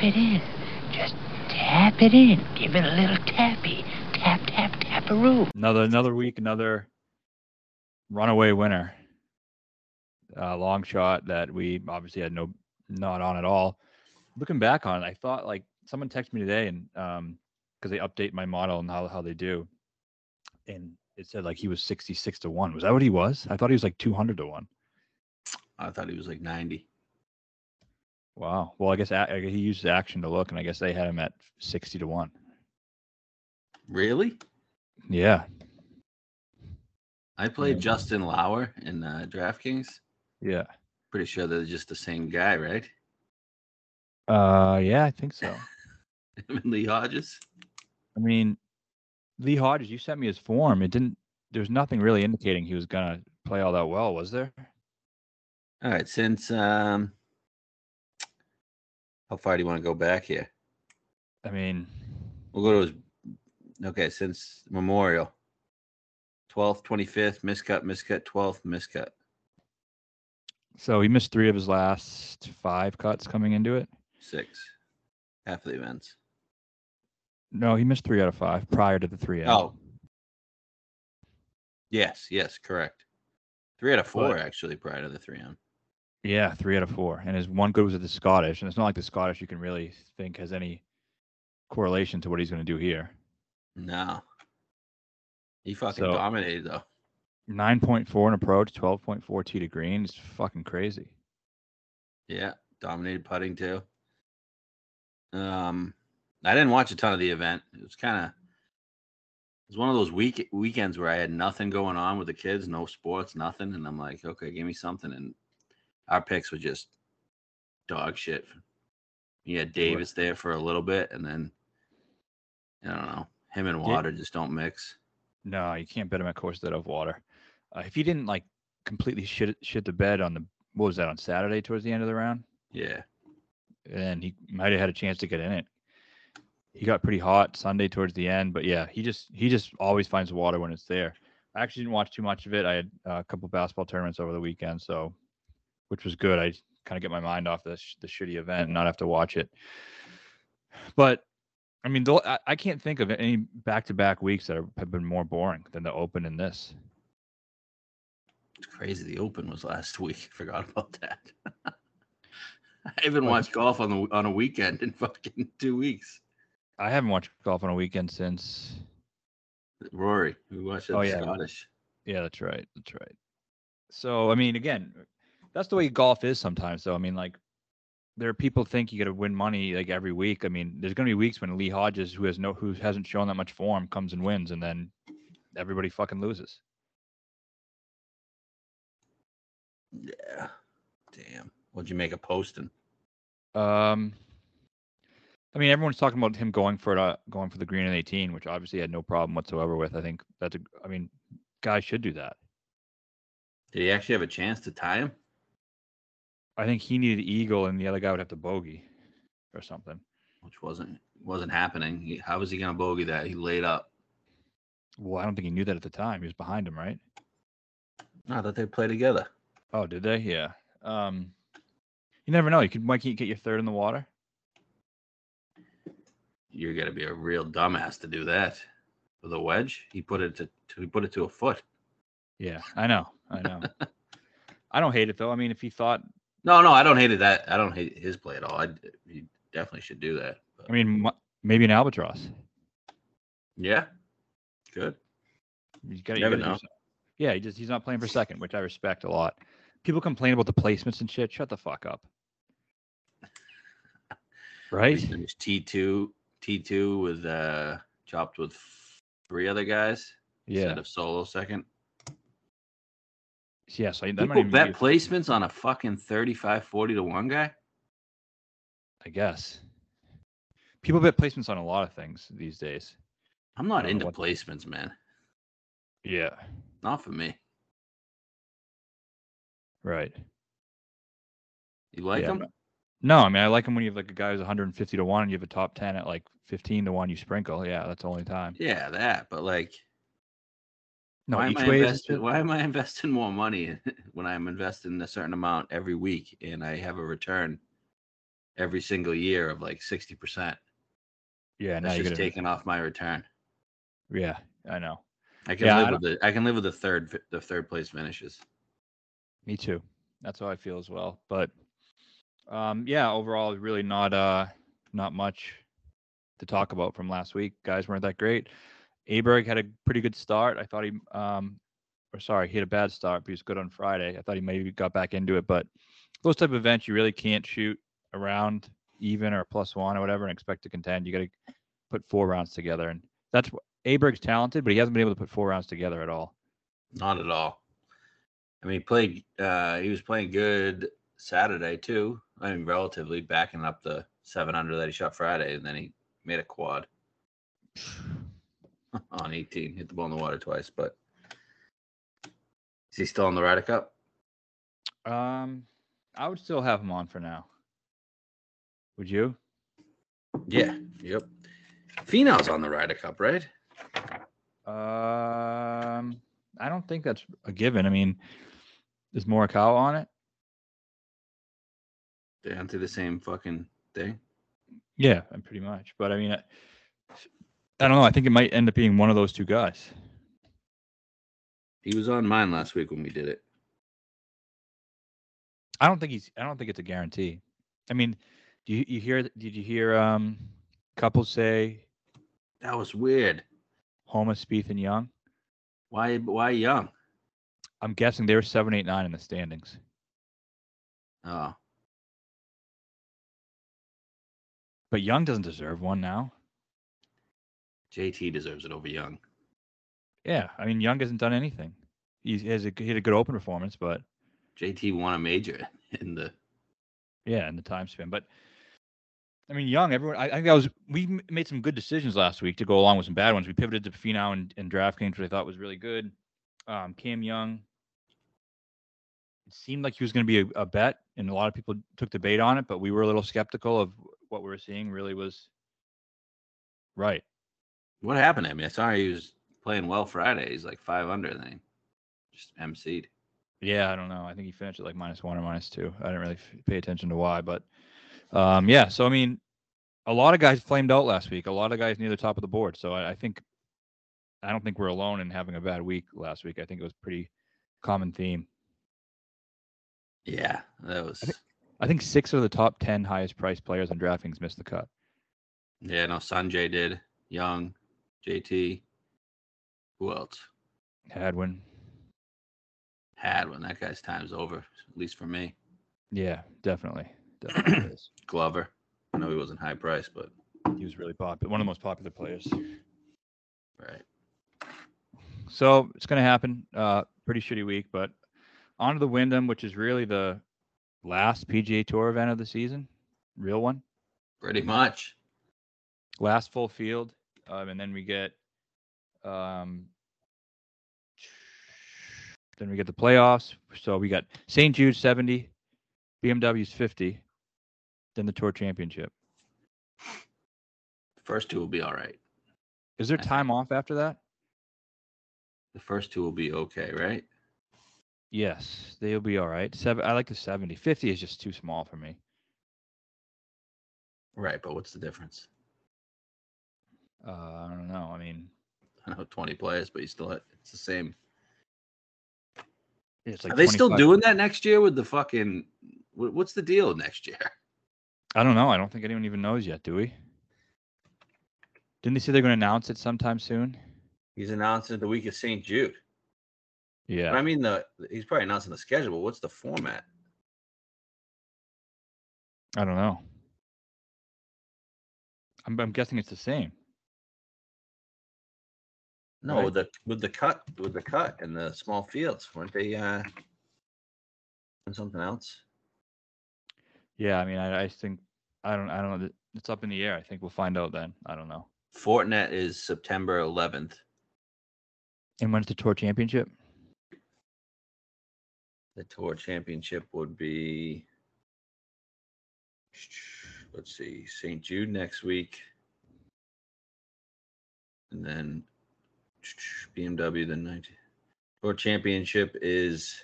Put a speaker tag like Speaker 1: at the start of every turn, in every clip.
Speaker 1: it in. Just tap it in. Give it a little tappy. Tap, tap, taparoo.
Speaker 2: Another another week, another runaway winner. Uh, long shot that we obviously had no not on at all. Looking back on it, I thought like someone texted me today and um because they update my model and how how they do, and it said like he was sixty six to one. Was that what he was? I thought he was like two hundred to one.
Speaker 3: I thought he was like 90.
Speaker 2: Wow. Well, I guess a- I guess he uses action to look, and I guess they had him at sixty to one.
Speaker 3: Really?
Speaker 2: Yeah.
Speaker 3: I played
Speaker 2: Yeah.
Speaker 3: Justin Lauer in uh, DraftKings.
Speaker 2: Yeah.
Speaker 3: Pretty sure they're just the same guy, right?
Speaker 2: Uh. Yeah. I think so.
Speaker 3: Him and Lee Hodges.
Speaker 2: I mean, Lee Hodges, you sent me his form. It didn't. There's nothing really indicating he was gonna play all that well, was there?
Speaker 3: All right, since um, how far do you want to go back here?
Speaker 2: I mean,
Speaker 3: We'll go to his. Okay, since Memorial, twelfth, twenty fifth, miscut, miscut, twelfth, miscut.
Speaker 2: so he missed three of his last five cuts coming into it.
Speaker 3: Six, half of the events.
Speaker 2: No, he missed three out of five prior to the three. out.
Speaker 3: Oh, yes, yes, correct. Three out of four
Speaker 2: But-
Speaker 3: actually prior to the three M.
Speaker 2: Yeah, three out of four. And his one good was at the Scottish, and it's not like the Scottish you can really think has any correlation to what he's going to do here.
Speaker 3: No, he fucking
Speaker 2: So-
Speaker 3: dominated though.
Speaker 2: Nine point four in approach, twelve point four tee to green is fucking crazy.
Speaker 3: Yeah, dominated putting too. Um, I didn't watch a ton of the event. It was kind of it was one of those week weekends where I had nothing going on with the kids, no sports, nothing, and I'm like, okay, give me something. And our picks were just dog shit. You had Davis there for a little bit, and then I don't know. Him and Water just don't mix.
Speaker 2: No, you can't bet him at course that of water. Uh, if he didn't like completely shit shit the bed on the what was that on Saturday towards the end of the round,
Speaker 3: Yeah,
Speaker 2: and he might have had a chance to get in it. He got pretty hot Sunday towards the end, but yeah, he just he just always finds the water when it's there. I actually didn't watch too much of it. I had uh, a couple basketball tournaments over the weekend, so which was good. I kind of get my mind off the sh- the shitty event and not have to watch it. But I mean, the, I, I can't think of any back to back weeks that are, have been more boring than the Open and this.
Speaker 3: it's crazy. The Open was last week. Forgot about that. I haven't
Speaker 2: Well,
Speaker 3: watched golf on the on a weekend in fucking two weeks.
Speaker 2: I haven't watched golf on a weekend since.
Speaker 3: Rory, we watched it
Speaker 2: Oh,
Speaker 3: in
Speaker 2: yeah.
Speaker 3: Scottish.
Speaker 2: Yeah, that's right. That's right. So I mean, again, that's the way golf is sometimes. Though I mean, like, there are people think you got to win money like every week. I mean, there's going to be weeks when Lee Hodges, who has no, who hasn't shown that much form, comes and wins, and then everybody fucking loses.
Speaker 3: Yeah. Damn. What'd you make a posting?
Speaker 2: Um, I mean, everyone's talking about him going for it, uh, going for the green in 18, which obviously he had no problem whatsoever with. I think that's a, I mean, guys should do that.
Speaker 3: Did he actually have a chance to tie him?
Speaker 2: I think he needed eagle, and the other guy would have to bogey or something.
Speaker 3: Which wasn't wasn't happening. He, how was he gonna bogey that? He laid up.
Speaker 2: Well, I don't think he knew that at the time. He was behind him, right?
Speaker 3: No, I thought they play together.
Speaker 2: Oh, did they? Yeah. Um, you never know. You could. Why can't you get your third in the water?
Speaker 3: You're gonna be a real dumbass to do that. With a wedge? He put it to, to he put it to a foot.
Speaker 2: Yeah, I know. I know. I don't hate it though. I mean, if he thought,
Speaker 3: No, no, I don't hate it that I don't hate his play at all. I he definitely should do that. But-
Speaker 2: I mean, mu- maybe an albatross.
Speaker 3: yeah. Good.
Speaker 2: You gotta,
Speaker 3: Never
Speaker 2: you gotta do
Speaker 3: know.
Speaker 2: some- Yeah, he just he's not playing for second, which I respect a lot. People complain about the placements and shit. Shut the fuck up. Right?
Speaker 3: T two T two with uh chopped with three other guys
Speaker 2: Yeah.
Speaker 3: instead of solo second.
Speaker 2: Yeah. So I, that might
Speaker 3: People
Speaker 2: even
Speaker 3: bet
Speaker 2: be-
Speaker 3: placements on a fucking 35, 40 to one guy.
Speaker 2: I guess. People bet placements on a lot of things these days.
Speaker 3: I'm not
Speaker 2: I don't
Speaker 3: into
Speaker 2: know what-
Speaker 3: placements, man.
Speaker 2: Yeah.
Speaker 3: Not for me.
Speaker 2: Right.
Speaker 3: You like
Speaker 2: Yeah,
Speaker 3: them?
Speaker 2: but- No, I mean I like him when you have like a guy who's 150 to one and you have a top 10 at like 15 to one. You sprinkle, yeah, that's the only time.
Speaker 3: Yeah, that. But like,
Speaker 2: No,
Speaker 3: why, am
Speaker 2: each
Speaker 3: I
Speaker 2: way is
Speaker 3: investing, why am I investing more money when I'm investing a certain amount every week and I have a return every single year of like 60%.
Speaker 2: Yeah, now
Speaker 3: That's
Speaker 2: you're gonna.
Speaker 3: just taking off my return.
Speaker 2: yeah, I know.
Speaker 3: I can
Speaker 2: Yeah, I
Speaker 3: live with the I can live with the third fi- the third place finishes.
Speaker 2: Me too. That's how I feel as well. But um, yeah, overall, really not uh, not much to talk about from last week. Guys weren't that great. Aberg had a pretty good start. I thought he, um, or sorry, he had a bad start, but he was good on Friday. I thought he maybe got back into it. But those type of events, you really can't shoot around even or plus one or whatever and expect to contend. You got to put four rounds together, and that's what Aberg's talented, but he hasn't been able to put four rounds together at all.
Speaker 3: Not at all. I mean, he played. Uh, he was playing good Saturday too. I mean, relatively backing up the seven under that he shot Friday, and then he made a quad on eighteen. Hit the ball in the water twice, but is he still on the Ryder Cup?
Speaker 2: Um, I would still have him on for now. Would you?
Speaker 3: Yeah. Yep. Finau's on the Ryder Cup, right?
Speaker 2: Um, I don't think that's a given. I mean, is Morikawa on it?
Speaker 3: They aren't they the same fucking thing?
Speaker 2: Yeah, I'm Uh, pretty much. But I mean, I, I don't know. I think it might end up being one of those two guys.
Speaker 3: He was on mine last week when we did it.
Speaker 2: I don't think he's. I don't think it's a guarantee. I mean, do you, you hear? Did you hear? Um, couples say
Speaker 3: That was weird.
Speaker 2: Homa, Spieth, and Young.
Speaker 3: Why? Why Young?
Speaker 2: I'm guessing they were seven, eight, nine in the standings.
Speaker 3: Oh,
Speaker 2: But Young doesn't deserve one now.
Speaker 3: JT deserves it over Young.
Speaker 2: Yeah, I mean, Young hasn't done anything. He's, he has a, he had a good open performance, but
Speaker 3: JT won a major in the
Speaker 2: yeah, in the time span. But I mean, Young, everyone, I, I think that was we m- made some good decisions last week to go along with some bad ones. We pivoted to Finau and, and DraftKings, which I thought was really good. Um, Cam Young, it seemed like he was going to be a, a bet, and a lot of people took the bait on it, but we were a little skeptical of what we were seeing. Really was right.
Speaker 3: what happened to him? I saw he was playing well Friday. He's like five under and then he just MC'd.
Speaker 2: Yeah, I don't know. I think he finished at like minus one or minus two. I didn't really f- pay attention to why, but um, yeah. So I mean, a lot of guys flamed out last week. A lot of guys near the top of the board. So I, I think I don't think we're alone in having a bad week last week. I think it was pretty common theme.
Speaker 3: Yeah, that was
Speaker 2: I think six of the top ten highest priced players on draftings missed the cut.
Speaker 3: yeah. No, Sanjay did. Young, JT. Who else?
Speaker 2: Hadwin,
Speaker 3: Had when that guy's time's over, at least for me.
Speaker 2: yeah, definitely, definitely is.
Speaker 3: Glover. I know he wasn't high priced, but
Speaker 2: he was really popular. One of the most popular players.
Speaker 3: right.
Speaker 2: So it's going to happen. Uh, pretty shitty week, but on to the Wyndham, which is really the last PGA Tour event of the season, real one,
Speaker 3: Pretty much.
Speaker 2: last full field, um, and then we get, um, then we get the playoffs. So we got St. Jude's seventy, BMW's fifty, then the Tour Championship.
Speaker 3: First two will be all right.
Speaker 2: Is there
Speaker 3: I think-
Speaker 2: time off after that?
Speaker 3: The first two will be okay, right?
Speaker 2: Yes, they'll be all right. Seven. I like the 70. 50 is just too small for me.
Speaker 3: Right, but what's the difference?
Speaker 2: Uh, I don't know. I mean,
Speaker 3: I know 20 players, but you still it's the same
Speaker 2: it's like
Speaker 3: Are they still
Speaker 2: 25
Speaker 3: doing that next year with the fucking? wh- What's the deal next year?
Speaker 2: I don't know. I don't think anyone even knows yet, do we? Didn't they say they're going to announce it sometime soon?
Speaker 3: He's announcing the week of St. Jude.
Speaker 2: Yeah.
Speaker 3: I mean, the he's probably announcing the schedule. But what's the format?
Speaker 2: I don't know. I'm, I'm guessing it's the same.
Speaker 3: No,
Speaker 2: Right.
Speaker 3: with the with the cut with the cut and the small fields, weren't they? Uh, doing something else.
Speaker 2: Yeah. I mean, I, I just think I don't. I don't know. It's up in the air. I think we'll find out then. I don't know.
Speaker 3: Fortinet is September 11th.
Speaker 2: And when's the tour championship?
Speaker 3: The tour championship would be. Let's see, St. Jude next week, and then BMW the 19th. Tour championship is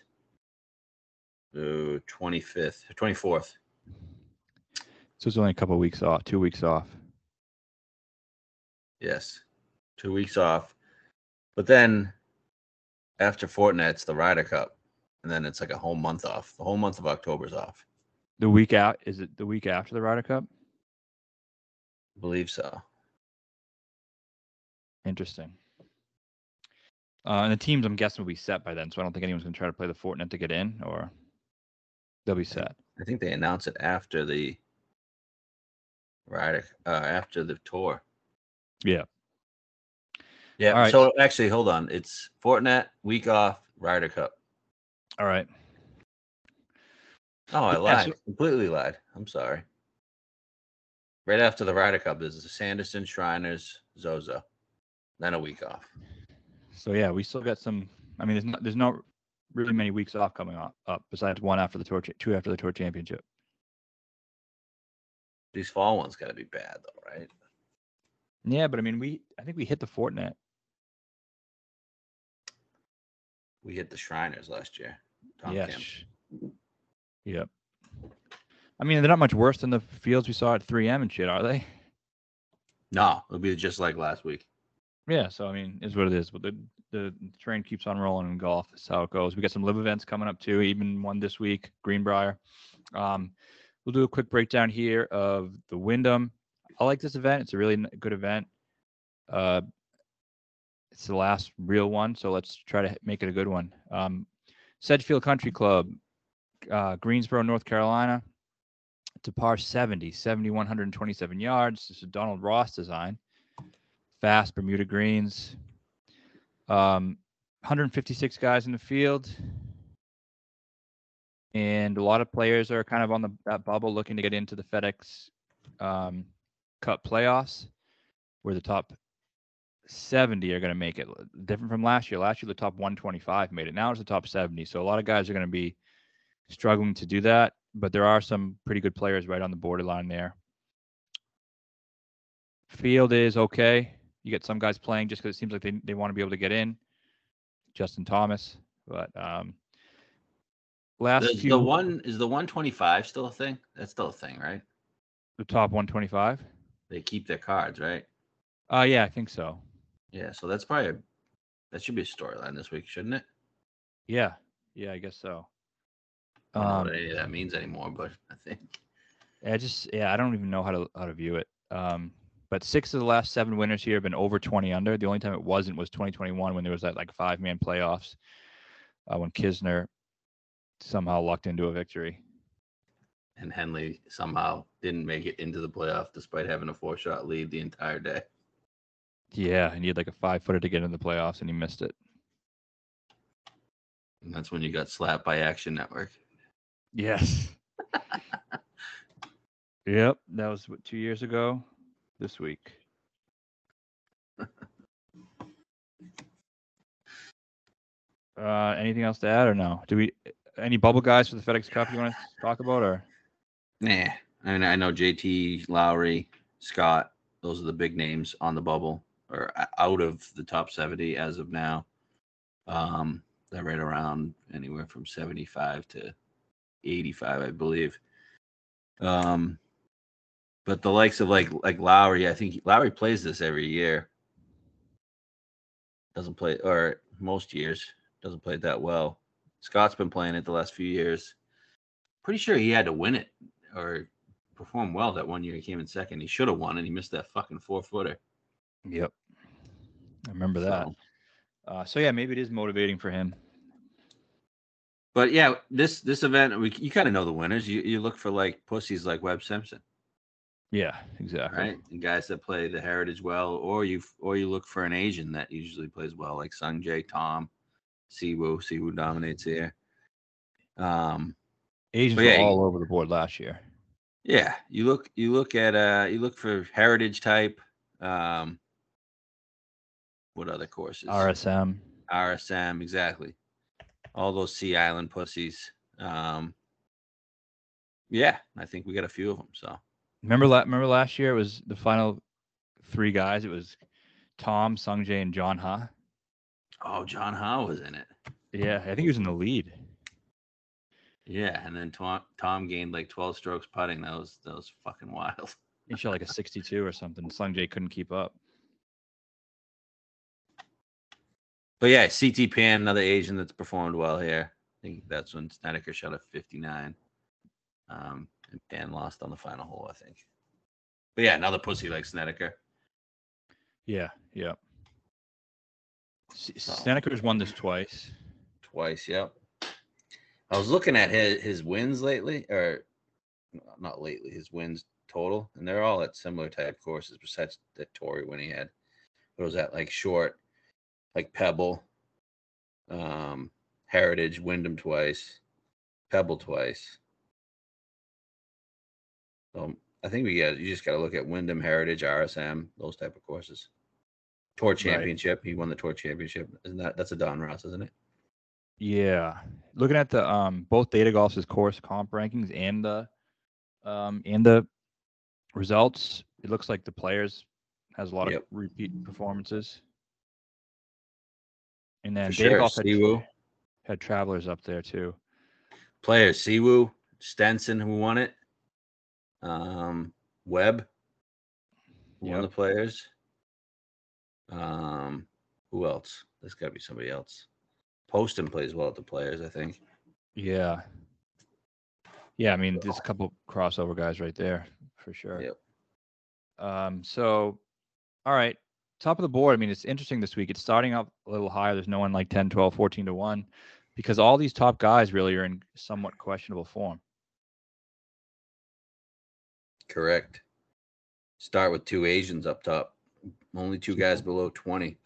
Speaker 3: the 25th, 24th.
Speaker 2: So it's only a couple weeks off, two weeks off.
Speaker 3: Yes, two weeks off. But then after Fortnite, it's the Ryder Cup, and then it's like a whole month off. The whole month of October's off.
Speaker 2: The week out is it the week after the Ryder Cup?
Speaker 3: I believe so.
Speaker 2: Interesting. Uh, and the teams, I'm guessing, will be set by then. So I don't think anyone's going to try to play the Fortnite to get in, or they'll be set.
Speaker 3: I think they announce it after the Ryder, uh, after the tour.
Speaker 2: Yeah.
Speaker 3: Yeah.
Speaker 2: All right.
Speaker 3: So actually, hold on. It's Fortnite week off, Ryder Cup.
Speaker 2: All right.
Speaker 3: Oh, I
Speaker 2: Yeah,
Speaker 3: lied.
Speaker 2: so-
Speaker 3: Completely lied. I'm sorry. Right after the Ryder Cup, there's the Sanderson, Shriners, Zozo. Then a week off.
Speaker 2: So yeah, we still got some. I mean, there's not there's not really many weeks off coming up, up besides one after the tour, cha- two after the tour championship.
Speaker 3: These fall ones got to be bad, though, right?
Speaker 2: Yeah, but I mean, we I think we hit the Fortnite.
Speaker 3: We hit the Shriners last year. Tom
Speaker 2: Yes.
Speaker 3: Kim.
Speaker 2: Yep. I mean, they're not much worse than the fields we saw at 3M and shit, are they?
Speaker 3: No, it'll be just like last week.
Speaker 2: Yeah. So I mean, is what it is. But the the train keeps on rolling in golf. That's how it goes. We got some live events coming up too. Even one this week, Greenbrier. Um, we'll do a quick breakdown here of the Wyndham. I like this event. It's a really n- good event. Uh, it's the last real one, so let's try to h- make it a good one. Um, Sedgefield Country Club, uh, Greensboro, North Carolina. It's a par 70, 7,127 yards. This is Donald Ross design. Fast Bermuda greens. Um, 156 guys in the field. And a lot of players are kind of on the that bubble looking to get into the FedEx um, Cup playoffs, where the top 70 are going to make it. L- Different from last year. Last year, the top 125 made it. Now it's the top 70. So a lot of guys are going to be struggling to do that. But there are some pretty good players right on the borderline there. Field is okay. You get some guys playing just because it seems like they, they want to be able to get in. Justin Thomas, but um, last
Speaker 3: Does
Speaker 2: few
Speaker 3: the one is the 125 still a thing? That's still a thing, right?
Speaker 2: the top 125.
Speaker 3: They keep their cards, right?
Speaker 2: Uh, yeah, I think so.
Speaker 3: Yeah. So that's probably a, that should be a storyline this week, shouldn't it?
Speaker 2: Yeah, yeah, I guess so.
Speaker 3: I don't know
Speaker 2: Um,
Speaker 3: what any of that means anymore, but I think
Speaker 2: I just yeah, I don't even know how to how to view it. Um, but six of the last seven winners here have been over twenty under. The only time it wasn't was twenty twenty one when there was that like five man playoffs, uh, when Kisner somehow lucked into a victory.
Speaker 3: and Henley somehow didn't make it into the playoff despite having a four shot lead the entire day.
Speaker 2: Yeah, and he had like a five footer to get in the playoffs and he missed it.
Speaker 3: And that's when you got slapped by Action Network.
Speaker 2: Yes. yep, that was what, two years ago. This week. uh, anything else to add or no? Do we any bubble guys for the FedEx Cup you want to talk about or?
Speaker 3: Nah. I mean, I know JT, Lowry, Scott, those are the big names on the bubble or o- out of the top 70 as of now. Um, they're right around anywhere from 75 to 85, I believe. Um, but the likes of like like Lowry, I think Lowry plays this every year. Doesn't play or most years doesn't play it that well. Scott's been playing it the last few years. Pretty sure he had to win it or perform well that one year he came in second. He should have won and he missed that fucking four footer.
Speaker 2: Yep. I remember that. Uh, so yeah, maybe it is motivating for him.
Speaker 3: But yeah, this this event we you kind of know the winners. You you look for like pussies like Webb Simpson,
Speaker 2: Yeah, exactly.
Speaker 3: right? And guys that play the heritage well, or you or you look for an Asian that usually plays well, like Sung Jae, Tom, Siwoo. Siwoo dominates here. Um,
Speaker 2: Asians
Speaker 3: Well, yeah,
Speaker 2: were
Speaker 3: you-
Speaker 2: all over the board last year.
Speaker 3: Yeah, you look you look at uh you look for heritage type. Um what other courses?
Speaker 2: RSM.
Speaker 3: RSM, exactly. All those Sea Island pussies. Um Yeah, I think we got a few of them, so
Speaker 2: Remember la- remember last year it was the final three guys. It was Tom, Sungjae, and John Ha.
Speaker 3: Oh, John Howe was in it.
Speaker 2: Yeah, I think he was in the lead.
Speaker 3: Yeah, and then Tom, Tom gained like 12 strokes putting. That was that was fucking wild.
Speaker 2: He shot like a 62 or something. Sung Jae couldn't keep up.
Speaker 3: But yeah, CT Pan, another Asian that's performed well here. I think that's when Snedeker shot a 59. Um, and Pan lost on the final hole, I think. But yeah, another pussy like Snedeker.
Speaker 2: Yeah, yeah. S-
Speaker 3: Oh.
Speaker 2: Snedeker's won this twice.
Speaker 3: Twice, yep. I was looking at his, his wins lately, or not lately, his wins total, and they're all at similar type courses, besides that Tory when he had. It was at like short, like Pebble, um, Heritage, Wyndham twice, Pebble twice. So I think we got you just got to look at Wyndham, Heritage, RSM, those type of courses. Tour championship, he won the tour championship. Isn't that that's a Don Ross, isn't it?
Speaker 2: Yeah. Looking at the um both Data Golf's course comp rankings and the um and the results, it looks like the players has a lot of
Speaker 3: Yep.
Speaker 2: repeat performances. And then
Speaker 3: For
Speaker 2: Data
Speaker 3: sure,
Speaker 2: Golf had,
Speaker 3: Siwoo.
Speaker 2: had travelers up there too.
Speaker 3: players Siwoo, Stenson, who won it, um, Webb, who won
Speaker 2: Yep.
Speaker 3: the players. Um, who else? There's got to be somebody else. Poston plays well at the players, I think.
Speaker 2: Yeah. Yeah, I mean, there's a couple crossover guys right there for sure.
Speaker 3: Yep.
Speaker 2: Um, so, all right, top of the board. I mean, it's interesting this week. It's starting up a little higher. There's no one like 10, 12, 14 to 1 because all these top guys really are in somewhat questionable form.
Speaker 3: Correct. Start with two Asians up top. Only two guys below 20.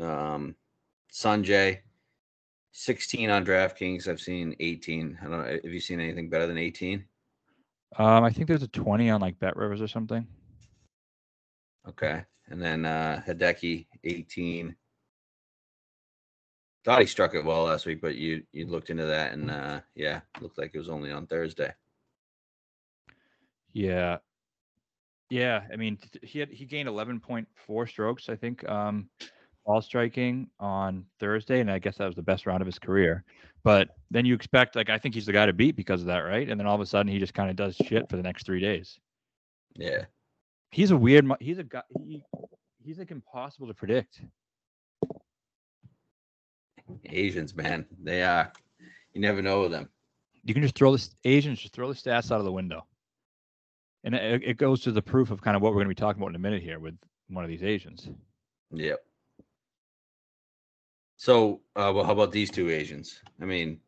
Speaker 3: Um, Sanjay, 16 on DraftKings. I've seen 18. I don't know. Have you seen anything better than 18?
Speaker 2: Um, I think there's a 20 on like Bet Rivers or something.
Speaker 3: Okay. And then uh Hideki, 18. Thought he struck it well last week, but you you looked into that and
Speaker 2: Mm.
Speaker 3: uh yeah, looked like it was only on Thursday.
Speaker 2: Yeah. Yeah, I mean, th- he had he gained 11.4 strokes, I think, um, ball striking on Thursday, and I guess that was the best round of his career. But then you expect, like, I think he's the guy to beat because of that, right? And then all of a sudden, he just kind of does shit for the next three days.
Speaker 3: Yeah.
Speaker 2: He's a weird. mu- He's a guy. He, he's like impossible to predict.
Speaker 3: Asians, man. They are. You never know with them.
Speaker 2: You can just throw this Asians just throw the stats out of the window, and it, it goes to the proof of kind of what we're going to be talking about in a minute here with one of these Asians.
Speaker 3: Yep. So uh well how about these two Asians? I mean,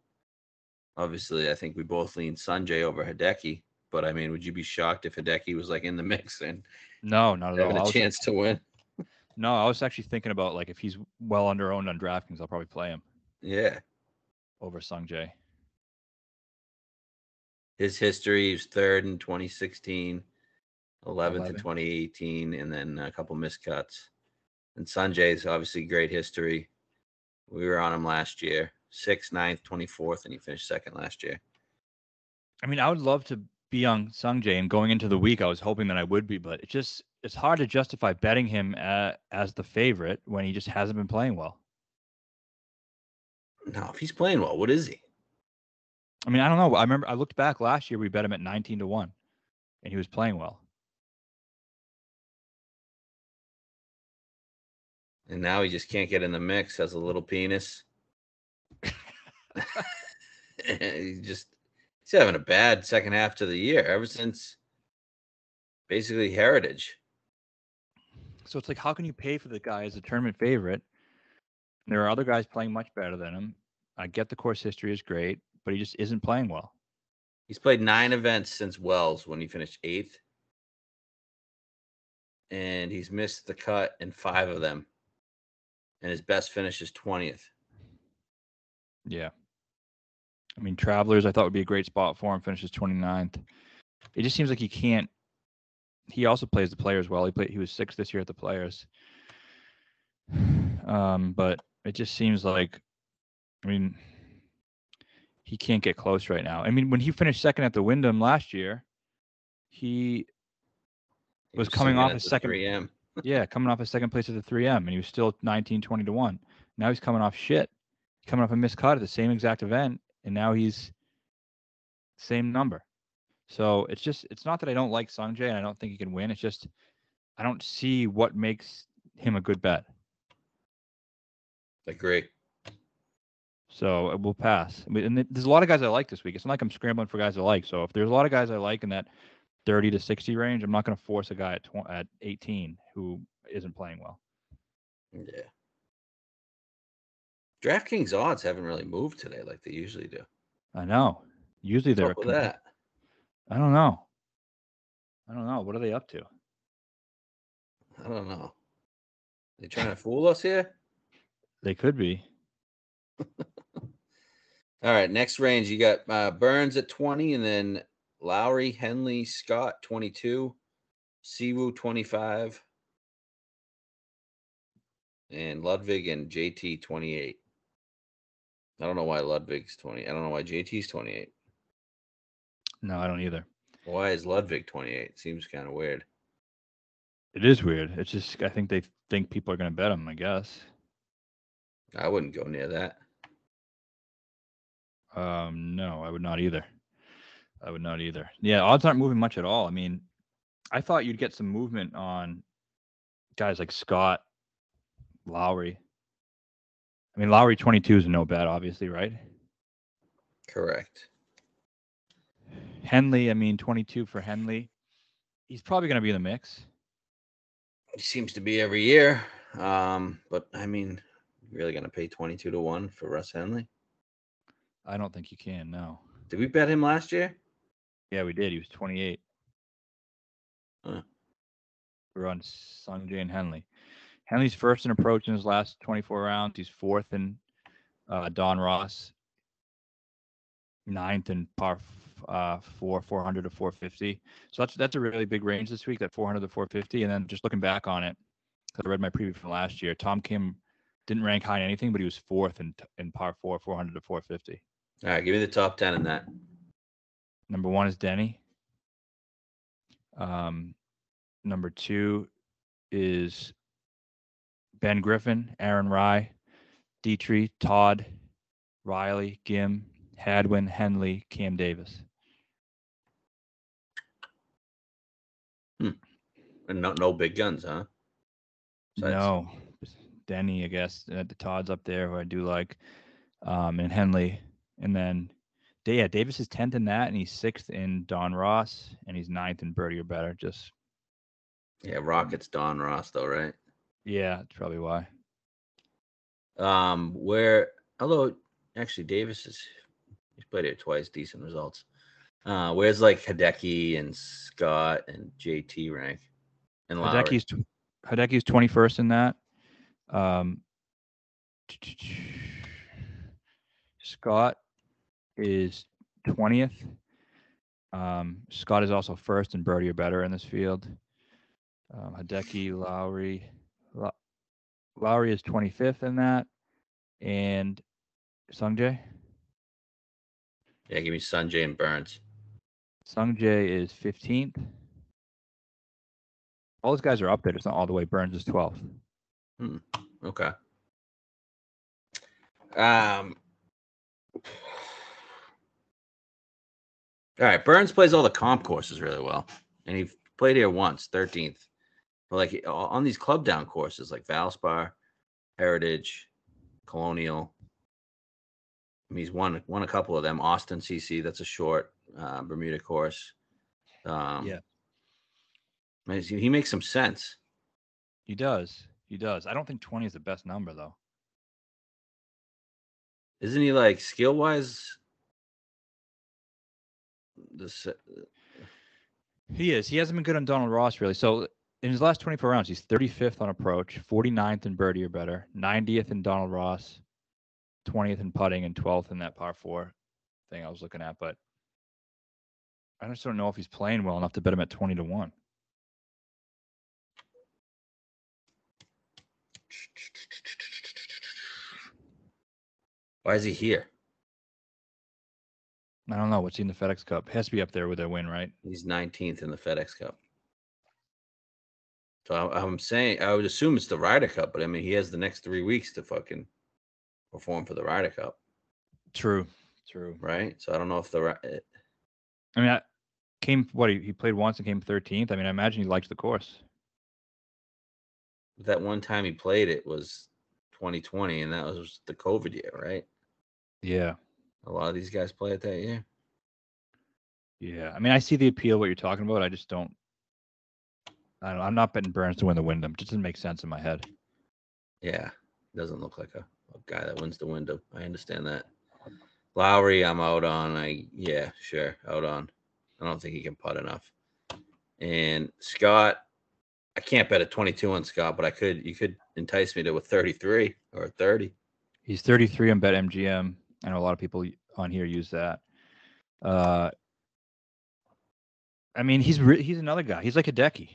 Speaker 3: obviously I think we both lean Sanjay over Hideki, but I mean, would you be shocked if Hideki was like in the mix and
Speaker 2: No, not at all.
Speaker 3: having
Speaker 2: I
Speaker 3: a
Speaker 2: was-
Speaker 3: chance to win?
Speaker 2: No, I was actually thinking about like if he's well under owned on DraftKings, I'll probably play him
Speaker 3: Yeah.
Speaker 2: over Sung Jae.
Speaker 3: his history. He was third in 2016, 11th in
Speaker 2: 11.
Speaker 3: 2018, and then a couple miscuts. And Sanjay's obviously great history. We were on him last year, sixth, ninth, 24th, and he finished second last year.
Speaker 2: I mean, I would love to be on Sung Jae, and going into the week, I was hoping that I would be, but it just it's hard to justify betting him uh, as the favorite when he just hasn't been playing well.
Speaker 3: No, if he's playing well, what is he?
Speaker 2: I mean, I don't know. I remember I looked back last year, we bet him at 19 to 1, and he was playing well.
Speaker 3: And now he just can't get in the mix. Has a little penis. he just he's having a bad second half to the year ever since basically heritage.
Speaker 2: So it's like, how can you pay for the guy as a tournament favorite? There are other guys playing much better than him. I get the course history is great, but he just isn't playing well.
Speaker 3: He's played nine events since Wells when he finished eighth. And he's missed the cut in five of them. And his best finish is 20th.
Speaker 2: Yeah. I mean, Travelers, I thought would be a great spot for him. Finishes 29th. It just seems like he can't. He also plays the players well. He played. He was sixth this year at the players. Um, but it just seems like, I mean, he can't get close right now. I mean, when he finished second at the Wyndham last year, he
Speaker 3: He
Speaker 2: Was coming
Speaker 3: second
Speaker 2: off
Speaker 3: at
Speaker 2: his
Speaker 3: the
Speaker 2: second-
Speaker 3: 3M.
Speaker 2: yeah coming off a second place at the 3M, and he was still 19, 20 to one. Now he's coming off shit. Coming off a missed cut at the same exact event, and now he's same number. So it's just it's not that I don't like Sungjae and I don't think he can win. It's just I don't see what makes him a good bet.
Speaker 3: Agree.
Speaker 2: So uh, we'll pass. I mean, and th- there's a lot of guys I like this week. It's not like I'm scrambling for guys I like. So if there's a lot of guys I like in that 30 to 60 range, I'm not going to force a guy at tw- at 18 who isn't playing well.
Speaker 3: Yeah. DraftKings odds haven't really moved today like they usually do.
Speaker 2: I know. Usually they're.
Speaker 3: What's up
Speaker 2: com-
Speaker 3: with that?
Speaker 2: I don't know. I don't know. What are they up to?
Speaker 3: I don't know. They trying to fool us here?
Speaker 2: They could be.
Speaker 3: All right, next range you got uh, Burns at 20 and then Lowry, Henley, Scott 22, Siwu 25 and Ludwig and JT 28. I don't know why Ludwig's 20. I don't know why JT's 28.
Speaker 2: No, I don't either.
Speaker 3: Why is Ludwig 28? Seems kind of weird.
Speaker 2: It is weird. It's just I think they think people are going to bet him. I guess.
Speaker 3: I wouldn't go near that.
Speaker 2: Um, no, I would not either. I would not either. Yeah, odds aren't moving much at all. I mean, I thought you'd get some movement on guys like Scott, Lowry. I mean, Lowry 22 is no bet, obviously, right?
Speaker 3: Correct.
Speaker 2: Henley, I mean, 22 for Henley. He's probably going to be in the mix.
Speaker 3: It seems to be every year. Um, but I mean, really going to pay 22 to 1 for Russ Henley?
Speaker 2: I don't think you can, no.
Speaker 3: Did we bet him last year?
Speaker 2: Yeah, we did. He was 28.
Speaker 3: Huh.
Speaker 2: We're on Sanjay and Henley. Henley's first in approach in his last 24 rounds. He's fourth in uh, Don Ross, ninth in par f- uh, four, 400 to 450. So that's that's a really big range this week, that 400 to 450. And then just looking back on it, 'cause I read my preview from last year, Tom Kim didn't rank high in anything, but he was fourth in, t- in par four, 400 to 450.
Speaker 3: All right, give me the top 10 in that.
Speaker 2: Number one is Denny. Um, number two is Ben Griffin, Aaron Rye, Dietrich, Todd, Riley, Gim, Hadwin, Henley, Cam Davis.
Speaker 3: And no, no big guns, huh? So it's-
Speaker 2: no, Denny, I guess. Uh, the Todd's up there, who I do like, um, and Henley, and then Da- yeah, Davis is tenth in that, and he's sixth in Don Ross, and he's ninth in Birdie or better. Just
Speaker 3: Yeah, Rockets Don Ross though, right?
Speaker 2: yeah, that's probably why.
Speaker 3: Um, where although actually Davis is he's played here twice, decent results. Uh, where's like Hideki and Scott and JT rank? And Lowry.
Speaker 2: Hideki's tw- Hideki's twenty first in that. Um, Scott is twentieth. Um, Scott is also first and Birdie are better in this field. Um, Hideki, Lowry, Lo- Lowry is twenty fifth in that, and Sungjae.
Speaker 3: Yeah, give me Sanjay and Burns.
Speaker 2: Sungjae is fifteenth. All those guys are up there. It's not all the way. Burns is twelfth.
Speaker 3: Okay. Um. All right, Burns plays all the comp courses really well, and he played here once, thirteenth. But like o- on these club down courses, like Valspar, Heritage, Colonial. I mean, he's won won a couple of them. Austin CC, that's a short uh, Bermuda course. Um,
Speaker 2: Yeah.
Speaker 3: I mean, he he makes some sense.
Speaker 2: He does. He does. I don't think 20 is the best number though.
Speaker 3: Isn't he like skill wise? This
Speaker 2: He is. He hasn't been good on Donald Ross really. So in his last 24 rounds, he's 35th on approach, 49th in birdie or better, 90th in Donald Ross, 20th in putting, and 12th in that par four thing I was looking at. But I just don't know if he's playing well enough to bet him at 20 to one.
Speaker 3: why is he here?
Speaker 2: I don't know. What's he in the FedEx Cup? Has to be up there with their win, right?
Speaker 3: He's 19th in the FedEx Cup. So I- I'm saying I would assume it's the Ryder Cup, but I mean he has the next three weeks to fucking perform for the Ryder Cup.
Speaker 2: True. True.
Speaker 3: right? So I don't know if the ra- eh,
Speaker 2: I mean, I came what he, he played once and came 13th. I mean, I imagine he liked the course.
Speaker 3: that one time he played it was 2020, and that was the COVID year, right?
Speaker 2: Yeah.
Speaker 3: A lot of these guys play it that year.
Speaker 2: Yeah. I mean, I see the appeal what you're talking about. I just don't. I don't, I'm not betting Burns to win the Wyndham. It just doesn't make sense in my head.
Speaker 3: Yeah, doesn't look like a, a guy that wins the window. I understand that. Lowry, I'm out on. I yeah, sure, out on. I don't think he can putt enough. And Scott, I can't bet a 22 on Scott, but I could. You could entice me to a 33 or a 30.
Speaker 2: He's 33 on BetMGM. I know a lot of people on here use that. Uh, I mean, he's re- he's another guy. He's like a decky.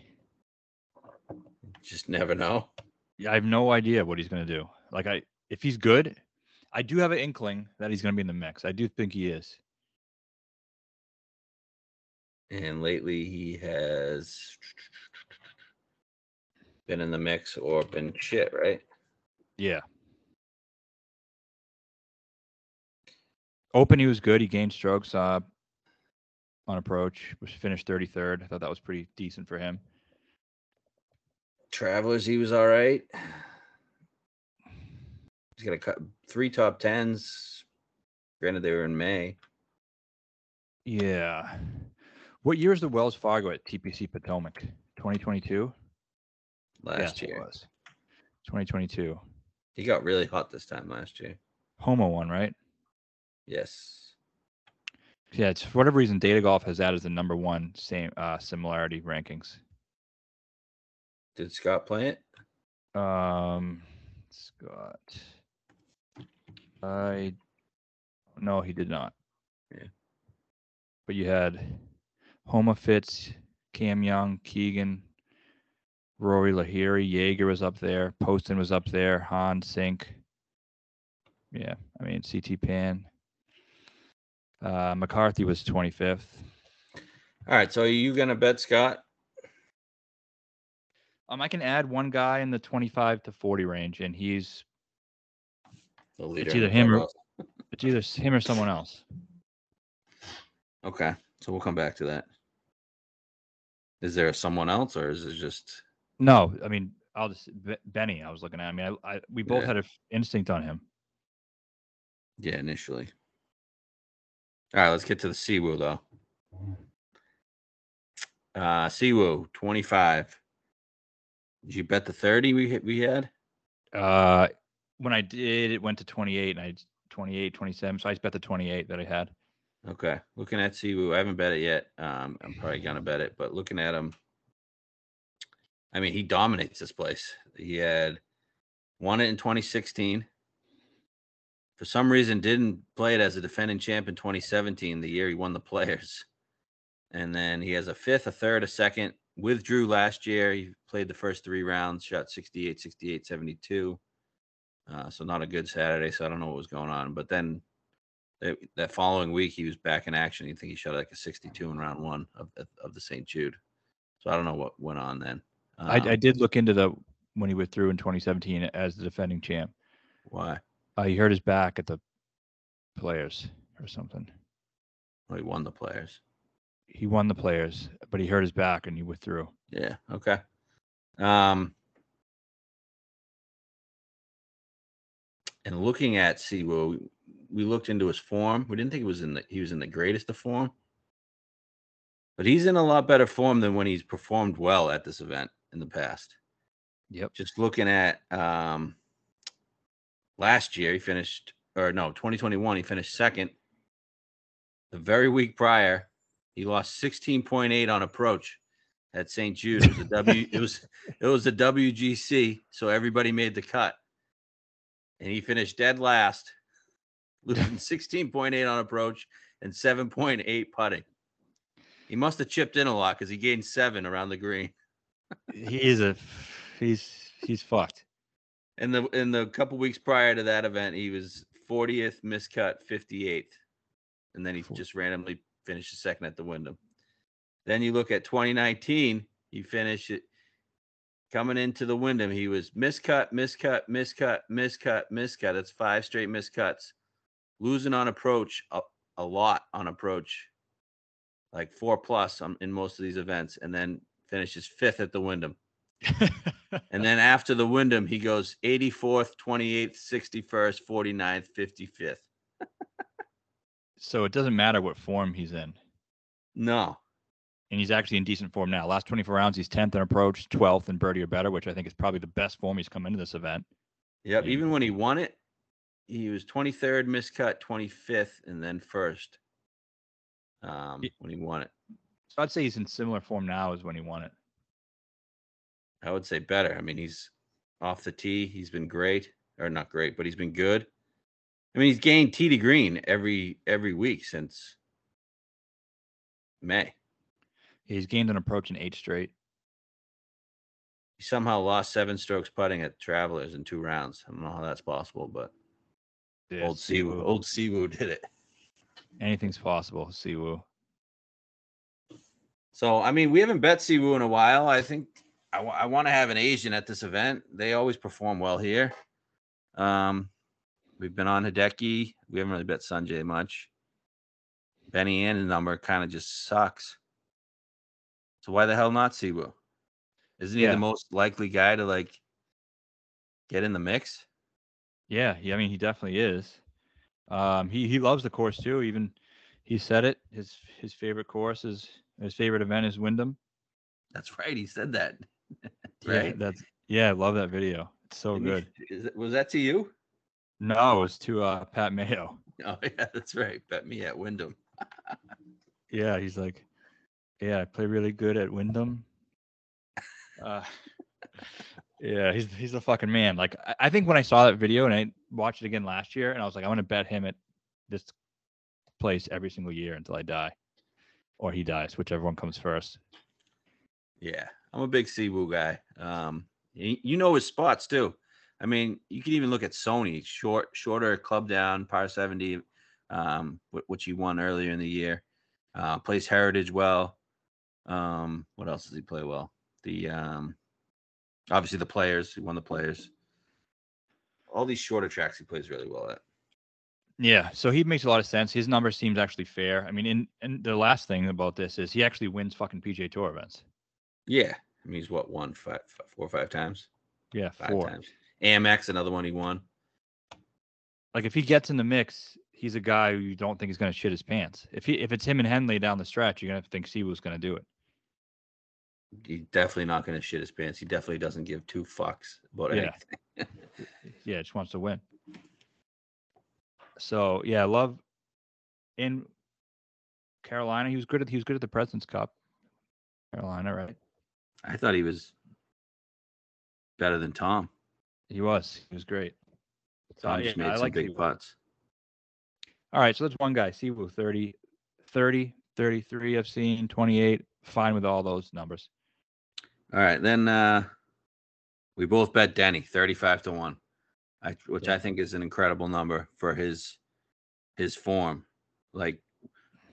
Speaker 3: Just never know.
Speaker 2: Yeah, I have no idea what he's going to do. Like I, if he's good, I do have an inkling that he's going to be in the mix. I do think he is.
Speaker 3: And lately, he has been in the mix or been shit, right?
Speaker 2: Yeah. Open, he was good. He gained strokes uh, on approach. Was finished 33rd. I thought that was pretty decent for him.
Speaker 3: Travelers, he was all right. He's gonna cut three top tens. Granted, they were in May.
Speaker 2: Yeah. What year is the Wells Fargo at TPC Potomac? 2022.
Speaker 3: last
Speaker 2: Yes, it
Speaker 3: year.
Speaker 2: was. 2022.
Speaker 3: He got really hot this time last year.
Speaker 2: Homo one, right?
Speaker 3: Yes.
Speaker 2: Yeah, it's for whatever reason, Data Golf has that as the number one same uh, similarity rankings.
Speaker 3: Did Scott play it?
Speaker 2: Um, Scott. I. No, he did not.
Speaker 3: Yeah.
Speaker 2: But you had Homa Fitz, Cam Young, Keegan, Rory Lahiri, Jaeger was up there, Poston was up there, Han Sink. Yeah, I mean CT Pan. Uh, McCarthy was 25th.
Speaker 3: All right. So are you gonna bet Scott?
Speaker 2: Um, I can add one guy in the 25 to 40 range, and he's
Speaker 3: The leader.
Speaker 2: either
Speaker 3: of the
Speaker 2: him or-
Speaker 3: clubhouse.
Speaker 2: it's either s- him or someone else.
Speaker 3: Okay. So we'll come back to that. Is there someone else, or is it just?
Speaker 2: No, I mean, I'll just Be- Benny. I was looking at. I mean, I, I we both
Speaker 3: Yeah.
Speaker 2: had an instinct on him.
Speaker 3: Yeah, initially. All right, let's get to the Siwoo though. Uh Siwoo, 25. Did you bet the 30 we hit- we had?
Speaker 2: Uh, when I did, it went to 28, and I 28, 27. So I just bet the 28 that I had.
Speaker 3: Okay. Looking at Siwoo, I haven't bet it yet. Um, I'm probably gonna bet it, but looking at him, I mean, he dominates this place. He had won it in 2016. For some reason, didn't play it as a defending champ in 2017, the year he won the Players. And then he has a fifth, a third, a second. Withdrew last year. He played the first three rounds, shot 68, 68, 72. Uh, so not a good Saturday. So I don't know what was going on. But then that, that following week he was back in action. You think he shot like a 62 in round one of of- of the St. Jude. So I don't know what went on then. Um,
Speaker 2: I, I did look into the when he withdrew in 2017 as the defending champ.
Speaker 3: why?
Speaker 2: Uh, he hurt his back at the Players or something.
Speaker 3: Well, he won the players.
Speaker 2: He won the Players, but he hurt his back and he withdrew.
Speaker 3: Yeah. Okay. Um. And looking at Siwo, we, we looked into his form. We didn't think he was in the he was in the greatest of form, but he's in a lot better form than when he's performed well at this event in the past.
Speaker 2: Yep.
Speaker 3: just looking at um last year he finished or no 2021 he finished second the very week prior he lost 16.8 on approach at st jude it was a w it was it was a wgc so everybody made the cut and he finished dead last losing 16.8 on approach and 7.8 putting he must have chipped in a lot because he gained seven around the green
Speaker 2: He is a he's he's fucked.
Speaker 3: In the in the couple weeks prior to that event, he was 40th, miscut 58th, and then he
Speaker 2: Fool.
Speaker 3: just randomly finished second at the Wyndham. Then you look at 2019, he finished it coming into the Wyndham. He was miscut, miscut, miscut, miscut, miscut. That's five straight miscuts. losing on approach a, a lot on approach, like four plus on, in most of these events, and then finishes fifth at the Wyndham. And then after the Wyndham, he goes 84th, 28th, 61st, 49th, 55th.
Speaker 2: so it doesn't matter what form he's in.
Speaker 3: No,
Speaker 2: And he's actually in decent form now. Last 24 rounds, he's 10th in approach, 12th in birdie or better, which I think is probably the best form he's come into this event.
Speaker 3: Yep.
Speaker 2: Yeah.
Speaker 3: Even when he won it, he was 23rd, miscut, 25th, and then first. Um,
Speaker 2: Ye-
Speaker 3: when he won it,
Speaker 2: So I'd say he's in similar form now as when he won it.
Speaker 3: I would say better. I mean, he's off the tee. He's been great, or not great, but he's been good. I mean, he's gained tee to green every every week since May.
Speaker 2: He's gained an approach in eight straight.
Speaker 3: He somehow lost seven strokes putting at Travelers in two rounds. I don't know how that's possible, but
Speaker 2: Yeah,
Speaker 3: old Siwoo, old Siwoo did it.
Speaker 2: Anything's possible, Siwoo.
Speaker 3: So I mean, we haven't bet Siwoo in a while. I think I want to have an Asian at this event. They always perform well here. Um, we've been on Hideki. We haven't really bet Sanjay much. Benny Ann's number kind of just sucks. So why the hell not Siwoo? Isn't he
Speaker 2: Yeah.
Speaker 3: the most likely guy to like get in the mix?
Speaker 2: Yeah, he, I mean, he definitely is. Um, he he loves the course too. Even he said it. His his favorite course is his favorite event is Wyndham.
Speaker 3: That's right. He said that.
Speaker 2: Yeah,
Speaker 3: right.
Speaker 2: that's yeah. I love that video. It's so
Speaker 3: Didn't
Speaker 2: good.
Speaker 3: he- is it- was that to you?
Speaker 2: No, it was to uh, Pat Mayo.
Speaker 3: Oh yeah, that's right. Bet me at Wyndham.
Speaker 2: Yeah, he's like, yeah, I play really good at Wyndham. Uh, yeah, he's he's a fucking man. Like I, I think when I saw that video and I watched it again last year, and I was like, I'm gonna bet him at this place every single year until I die, or he dies, whichever one comes first.
Speaker 3: Yeah, I'm a big Cebu guy. Um, y- you know his spots too. I mean, you can even look at Sony, short, shorter club down, par 70, um, wh- which he won earlier in the year. Uh, plays Heritage well. Um, what else does he play well? The um, obviously the players. He won the players. All these shorter tracks he plays really well at.
Speaker 2: Yeah, so he makes a lot of sense. His number seems actually fair. I mean, and and the last thing about this is he actually wins fucking PJ Tour events.
Speaker 3: Yeah, I mean he's what one, five, five, four or five times,
Speaker 2: Yeah,
Speaker 3: five
Speaker 2: four.
Speaker 3: times. Amex, another one he won.
Speaker 2: like if he gets in the mix, he's a guy who you don't think is going to shit his pants. If he if it's him and Henley down the stretch, you're gonna think Siwoo's going to do it.
Speaker 3: he's definitely not going to shit his pants. He definitely doesn't give two fucks about
Speaker 2: Yeah.
Speaker 3: anything.
Speaker 2: Yeah, just wants to win. So yeah, I love in Carolina. He was good at he was good at the Presidents Cup. Carolina, right?
Speaker 3: I thought he was better than Tom.
Speaker 2: He was. He was great. So,
Speaker 3: Tom
Speaker 2: yeah,
Speaker 3: just made
Speaker 2: I
Speaker 3: some
Speaker 2: like
Speaker 3: big
Speaker 2: Siwoo.
Speaker 3: putts.
Speaker 2: All right, so that's one guy, Siwoo, 30, 30, 33 I've seen, 28, fine with all those numbers.
Speaker 3: All right, then uh we both bet Denny thirty-five to one, I, which I think is an incredible number for his his form. Like,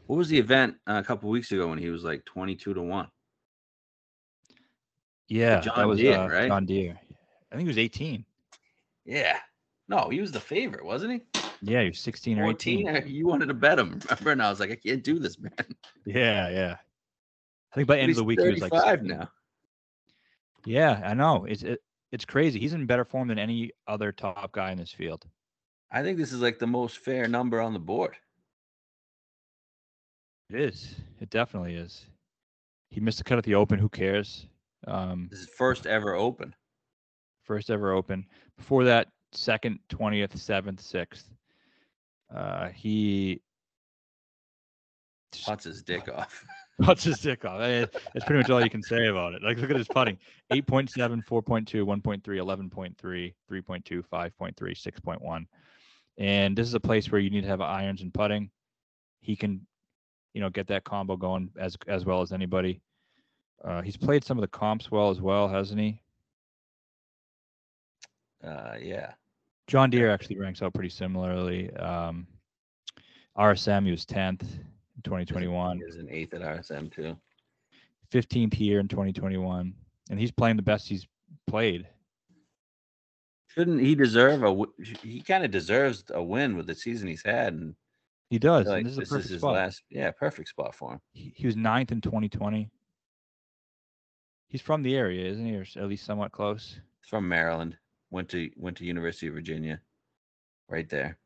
Speaker 3: what was the event uh, a couple weeks ago when he was like twenty-two to one?
Speaker 2: Yeah, that
Speaker 3: John
Speaker 2: was
Speaker 3: Deere,
Speaker 2: uh,
Speaker 3: right?
Speaker 2: John Deere. I think he was 18.
Speaker 3: Yeah, no, he was the favorite, wasn't he?
Speaker 2: Yeah, you're 16 or 18.
Speaker 3: 14. You wanted to bet him, remember? And I was like, I can't do this, man.
Speaker 2: Yeah, yeah. I think by the end of the week he was like,
Speaker 3: five now.
Speaker 2: yeah, I know. It's it, it's crazy. He's in better form than any other top guy in this field.
Speaker 3: I think this is like the most fair number on the board.
Speaker 2: It is. It definitely is. He missed the cut at the Open. Who cares? Um,
Speaker 3: This is first ever open.
Speaker 2: first ever Open. Before that, second, twentieth, seventh, sixth. Uh, he
Speaker 3: Putts his dick off.
Speaker 2: Putts his dick off. Eh, That's pretty much all you can say about it. Like, look at his putting 8.7, 4.2, 1.3, 11.3, 3.2, 5.3, 6.1. And this is a place where you need to have irons and putting. He can, you know, get that combo going as as well as anybody. Uh, he's played some of the comps well as well, hasn't he?
Speaker 3: Uh, yeah.
Speaker 2: John Deere actually ranks out pretty similarly. Um, RSM, he was 10th in 2021.
Speaker 3: Is an eighth at RSM too.
Speaker 2: 15th here in 2021, and he's playing the best he's played.
Speaker 3: Shouldn't he deserve a? w- He kind of deserves a win with the season he's had, and
Speaker 2: He does. and
Speaker 3: like
Speaker 2: this is a perfect
Speaker 3: his
Speaker 2: spot.
Speaker 3: last. Yeah, perfect spot for him.
Speaker 2: He, he was ninth in 2020. He's from the area, isn't he, or s- at least somewhat close?
Speaker 3: He's from Maryland. Went to went to University of Virginia, right there.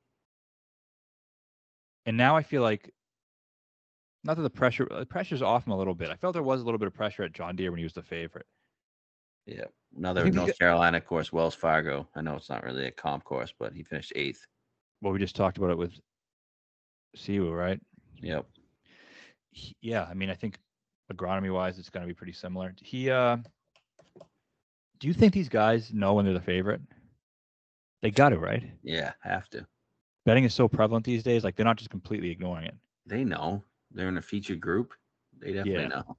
Speaker 2: And now I feel like, not that the pressure the pressure's off him a little bit. I felt there was a little bit of pressure at John Deere when he was the favorite.
Speaker 3: Yeah, another
Speaker 2: think we
Speaker 3: North
Speaker 2: got-
Speaker 3: Carolina course, Wells Fargo. I know it's not really a comp course, but he finished eighth.
Speaker 2: Well, we just talked about it with Siwu, right?
Speaker 3: Yep.
Speaker 2: he- yeah, I mean, I think agronomy wise, it's going to be pretty similar. He, uh, do you think these guys know when they're the favorite? They got to, right?
Speaker 3: Yeah, have to.
Speaker 2: Betting is so prevalent these days. Like they're not just completely ignoring it.
Speaker 3: They know they're in a featured group. They definitely
Speaker 2: Yeah.
Speaker 3: know.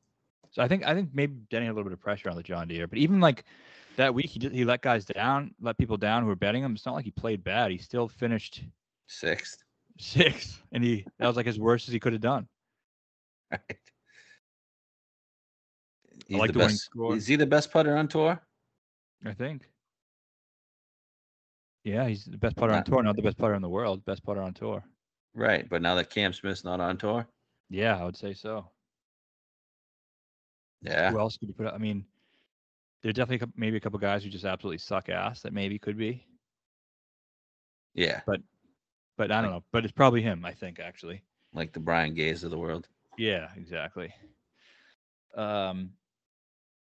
Speaker 2: So I think I think maybe Denny had a little bit of pressure on the John Deere, but even like that week, he did, he let guys down, let people down who were betting him. It's not like he played bad. He still finished
Speaker 3: Sixth,
Speaker 2: sixth, and he that was like as worst as he could have done.
Speaker 3: right? He's
Speaker 2: like
Speaker 3: the
Speaker 2: the winning
Speaker 3: best.
Speaker 2: score.
Speaker 3: Is he the best putter on tour?
Speaker 2: I think. Yeah, he's the best putter on
Speaker 3: Not-
Speaker 2: tour, not the best putter in the world, best putter on tour.
Speaker 3: Right, but now that Cam Smith's not on tour,
Speaker 2: Yeah, I would say so.
Speaker 3: yeah,
Speaker 2: Who else could you put up? I mean, there are definitely a couple, maybe a couple guys who just absolutely suck ass that maybe could be,
Speaker 3: yeah,
Speaker 2: but I don't know. But it's probably him, I think, actually.
Speaker 3: like the Brian Gays of the world.
Speaker 2: Yeah, exactly. Um,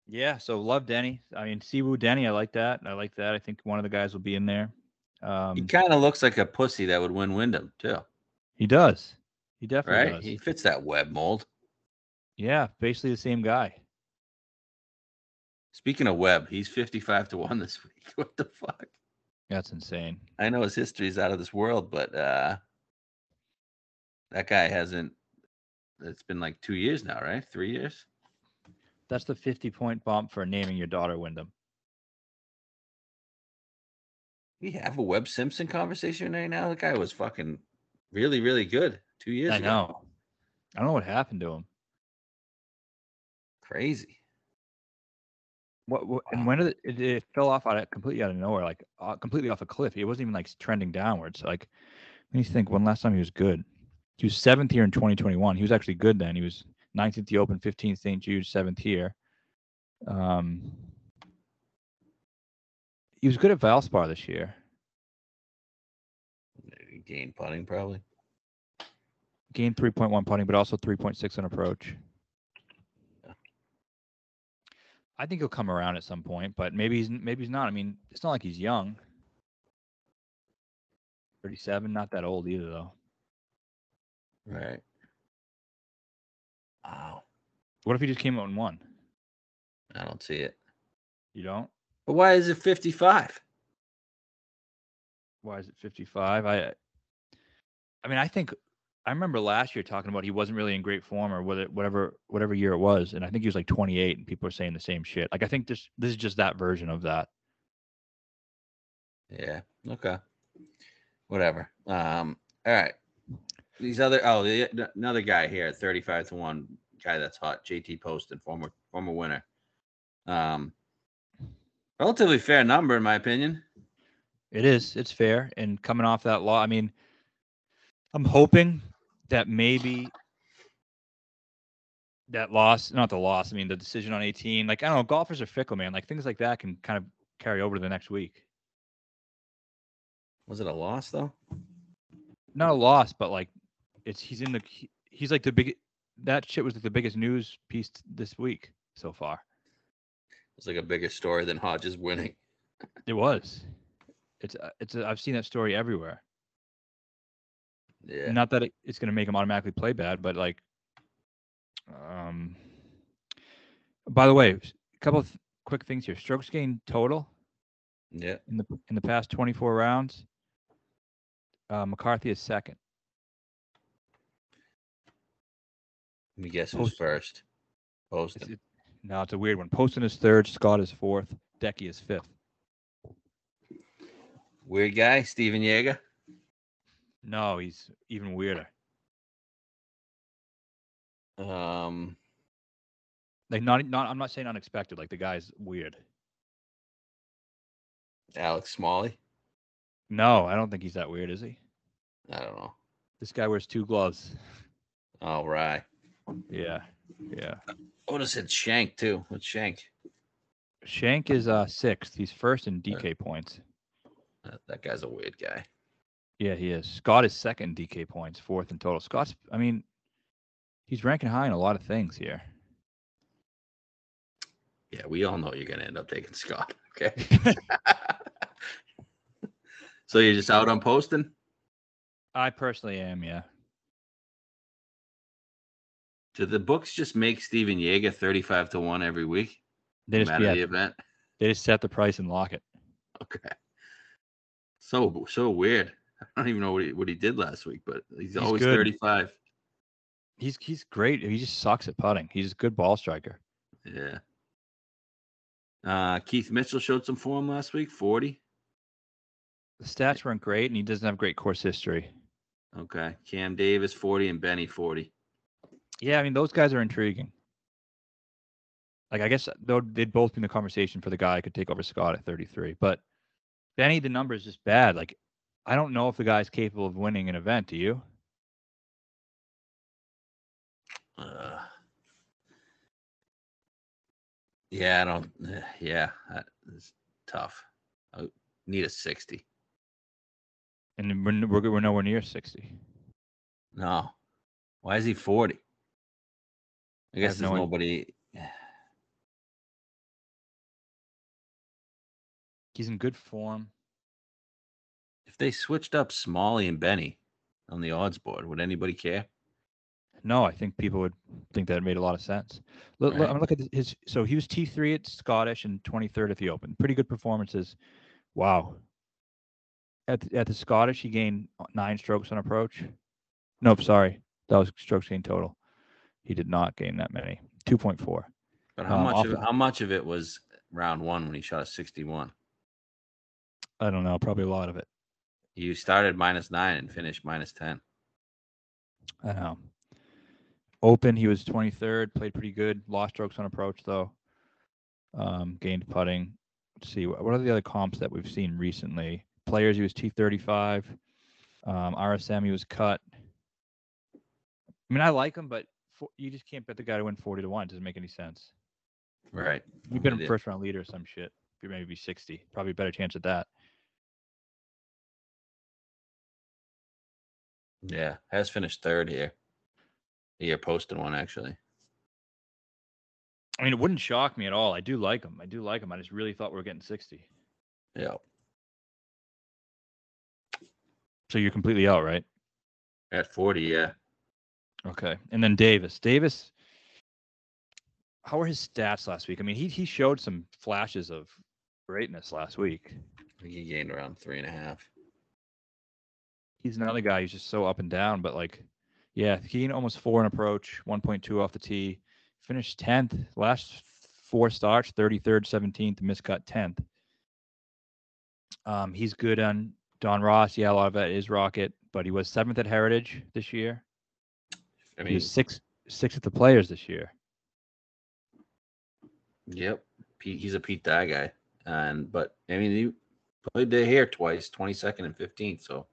Speaker 2: yeah, so love Denny. I mean, Siwoo Denny, I like that. I like that. I think one of the guys will be in there. Um,
Speaker 3: he
Speaker 2: he,
Speaker 3: kind of looks like a pussy that would win Wyndham too,
Speaker 2: does. He definitely
Speaker 3: right?
Speaker 2: does.
Speaker 3: He fits that web mold.
Speaker 2: yeah, basically the same guy.
Speaker 3: Speaking of web, he's fifty-five to one this week. What the fuck?
Speaker 2: That's insane.
Speaker 3: I know his history is out of this world, but uh that guy hasn't. It's been like two years now, right? Three years.
Speaker 2: That's the 50 point bump for naming your daughter Wyndham.
Speaker 3: We have a Webb Simpson conversation right now. The guy was fucking really, really good two years
Speaker 2: I
Speaker 3: ago.
Speaker 2: know. I don't know what happened to him.
Speaker 3: Crazy.
Speaker 2: What, what and
Speaker 3: Wow.
Speaker 2: when did it, it, it fell off out of, completely out of nowhere, like uh, completely off a cliff? It wasn't even like s- trending downwards. Like, let me think. When last time he was good, he was seventh here in 2021. He was actually good then. He was 19th at the Open, 15th St. Jude, seventh here. Um, he was good at Valspar this year.
Speaker 3: Gain putting probably.
Speaker 2: Gained 3.1 putting, but also 3.6 on approach.
Speaker 3: Yeah.
Speaker 2: I think he'll come around at some point, but maybe he's maybe he's not. I mean, it's not like he's young. 37, not that old either though.
Speaker 3: Right. Wow.
Speaker 2: What if he just came out and won?
Speaker 3: I don't see it.
Speaker 2: You don't?
Speaker 3: But why is it 55?
Speaker 2: Why is it 55? I I mean, I think I remember last year talking about he wasn't really in great form or whether whatever whatever year it was, and I think he was like 28 and people are saying the same shit. Like I think this this is just that version of that.
Speaker 3: Yeah. Okay. Whatever. Um. All right. These other oh the, the- another guy here at thirty five to one guy that's hot JT Poston former former winner. Um. Relatively fair number in my opinion.
Speaker 2: It is. It's fair. And coming off that law, I mean, I'm hoping that maybe that loss, not the loss, I mean, the decision on 18, like, I don't know, golfers are fickle, man. Like, things like that can kind of carry over to the next week.
Speaker 3: Was it a loss though?
Speaker 2: Not a loss, but like, it's, he's in the, he- he's like the big, that shit was like the biggest news piece this week so far.
Speaker 3: It's like a bigger story than Hodges winning.
Speaker 2: It was. It's, uh, it's, i I've seen that story everywhere.
Speaker 3: Yeah.
Speaker 2: Not that it, it's going to make him automatically play bad, but like, um. By the way, s- a couple of th- quick things here. Strokes gained total
Speaker 3: Yeah.
Speaker 2: in the in the past 24 rounds. Uh, McCarthy is second.
Speaker 3: Let me guess who's
Speaker 2: Post-
Speaker 3: first.
Speaker 2: It's,
Speaker 3: Poston.
Speaker 2: it, no, it's a weird one. Poston is third. Scott is fourth. Decky is fifth.
Speaker 3: Weird guy, Steven Yeager.
Speaker 2: No, he's even weirder.
Speaker 3: Um.
Speaker 2: Like not not. I'm not saying unexpected. Like the guy's weird.
Speaker 3: Alex Smalley.
Speaker 2: No, I don't think he's that weird, is he?
Speaker 3: I don't know.
Speaker 2: This guy wears two gloves.
Speaker 3: All right.
Speaker 2: Yeah, yeah.
Speaker 3: I would have said Shank too. What's Shank?
Speaker 2: Shank is uh sixth. He's first in DK points.
Speaker 3: That, Uh, that guy's a weird guy.
Speaker 2: Yeah, he is. Scott is second in DK points, fourth in total. Scott's. I mean, he's ranking high in a lot of things here.
Speaker 3: Yeah, we all know you're gonna end up taking Scott. Okay. so you're just out on posting?
Speaker 2: I personally am. Yeah.
Speaker 3: Do the books just make Steven Yeager 35 to 1 every week?
Speaker 2: They
Speaker 3: No
Speaker 2: just
Speaker 3: matter
Speaker 2: yeah,
Speaker 3: the event.
Speaker 2: they just set the price and lock it.
Speaker 3: Okay. So so weird. I don't even know what he what he did last week, but he's,
Speaker 2: He's
Speaker 3: always
Speaker 2: good.
Speaker 3: 35.
Speaker 2: He's he's great. He just sucks at putting. He's a good ball striker.
Speaker 3: Yeah. Uh, Keith Mitchell showed some form last week, 40.
Speaker 2: The stats weren't great, and he doesn't have great course history.
Speaker 3: Okay. Cam Davis, 40, and Benny, 40.
Speaker 2: Yeah, I mean those guys are intriguing. Like I guess though they'd both be in the conversation for the guy I could take over Scott at 33. But Benny, the number is just bad. Like I don't know if the guy's capable of winning an event. Do you?
Speaker 3: Uh, yeah, I don't. eh, Yeah, I- it's tough. I need a 60.
Speaker 2: And then we're n- we're, we're nowhere near 60.
Speaker 3: No. Why is he 40? I guess
Speaker 2: have
Speaker 3: there's
Speaker 2: no i-
Speaker 3: nobody.
Speaker 2: He's in good form.
Speaker 3: If they switched up Smalley and Benny on the odds board, would anybody care?
Speaker 2: No, I think people would think that made a lot of sense. Look, look,
Speaker 3: Right.
Speaker 2: I'm looking at his. So he was T3 at Scottish and 23rd at the Open. Pretty good performances. Wow. At the, at the Scottish, he gained uh, nine strokes on approach. Nope, sorry, that was strokes gained total. He did not gain that many. 2.4.
Speaker 3: But how
Speaker 2: Um,
Speaker 3: much? Of, it-
Speaker 2: often-
Speaker 3: how much of it was round one when he shot a 61?
Speaker 2: I don't know, probably a lot of it.
Speaker 3: You started minus nine and finished minus ten.
Speaker 2: I know. Um, Open, he was 23rd, played pretty good. Lost strokes on approach, though. Um, gained putting. Let's see, wh- what are the other comps that we've seen recently? Players, he was T35. Um, RSM, he was cut. I mean, I like him, but fo- you just can't bet the guy to win 40 to 1. It doesn't make any sense.
Speaker 3: Right.
Speaker 2: You bet him
Speaker 3: Yeah.
Speaker 2: first round leader or some shit. You're maybe 60. Probably a better chance at that.
Speaker 3: Yeah. Has finished third here. The year posted one actually.
Speaker 2: I mean, it wouldn't shock me at all. I do like him. I do like him. I just really thought we were getting 60.
Speaker 3: Yeah.
Speaker 2: So you're completely out, right?
Speaker 3: At forty, yeah.
Speaker 2: Okay. And then Davis. Davis, how were his stats last week? I mean, he he showed some flashes of greatness last week.
Speaker 3: I think he gained around three and a half.
Speaker 2: He's another guy who's just so up and down, but like, yeah, he gained almost four in approach, 1.2 off the tee, finished 10th, last four starts, 33rd, 17th, miscut 10th. Um, he's good on Don Ross. Yeah, a lot of that is Rocket, but he was seventh at Heritage this year.
Speaker 3: I
Speaker 2: he
Speaker 3: mean,
Speaker 2: was sixth, sixth at the Players this year.
Speaker 3: yep. Pete, he's a Pete Dye guy, and but I mean, he played the hair twice, twenty second and fifteenth. So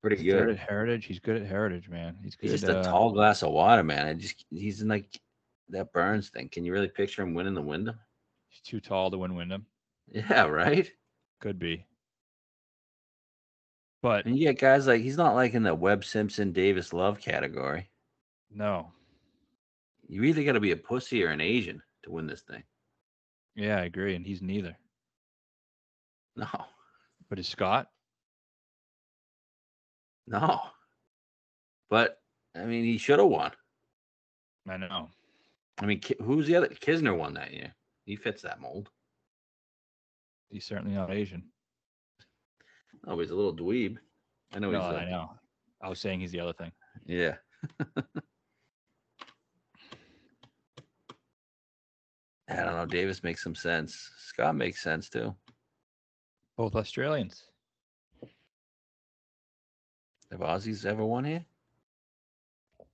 Speaker 3: pretty
Speaker 2: He's good at
Speaker 3: good.
Speaker 2: Heritage. He's good at Heritage, man. He's good.
Speaker 3: He's just a
Speaker 2: uh,
Speaker 3: tall glass of water, man. I just he's in like that Burns thing. Can you really picture him winning the Wyndham?
Speaker 2: He's too tall to win Wyndham.
Speaker 3: Yeah, right.
Speaker 2: Could be. But
Speaker 3: And you get guys like he's not like in the Webb Simpson Davis Love category.
Speaker 2: no,
Speaker 3: You either got to be a pussy or an Asian to win this thing.
Speaker 2: yeah, I agree, and he's neither.
Speaker 3: No,
Speaker 2: But is Scott?
Speaker 3: no. But I mean, he should have won.
Speaker 2: I know.
Speaker 3: I mean, Ki- who's the other? Kisner won that year. He fits that mold.
Speaker 2: He's certainly not Asian.
Speaker 3: Oh, he's a little dweeb. I know
Speaker 2: No,
Speaker 3: he's. a-
Speaker 2: I know. I was saying he's the other thing.
Speaker 3: Yeah. I don't know. Davis makes some sense. Scott makes sense too.
Speaker 2: Both Australians.
Speaker 3: Have Aussies ever won here?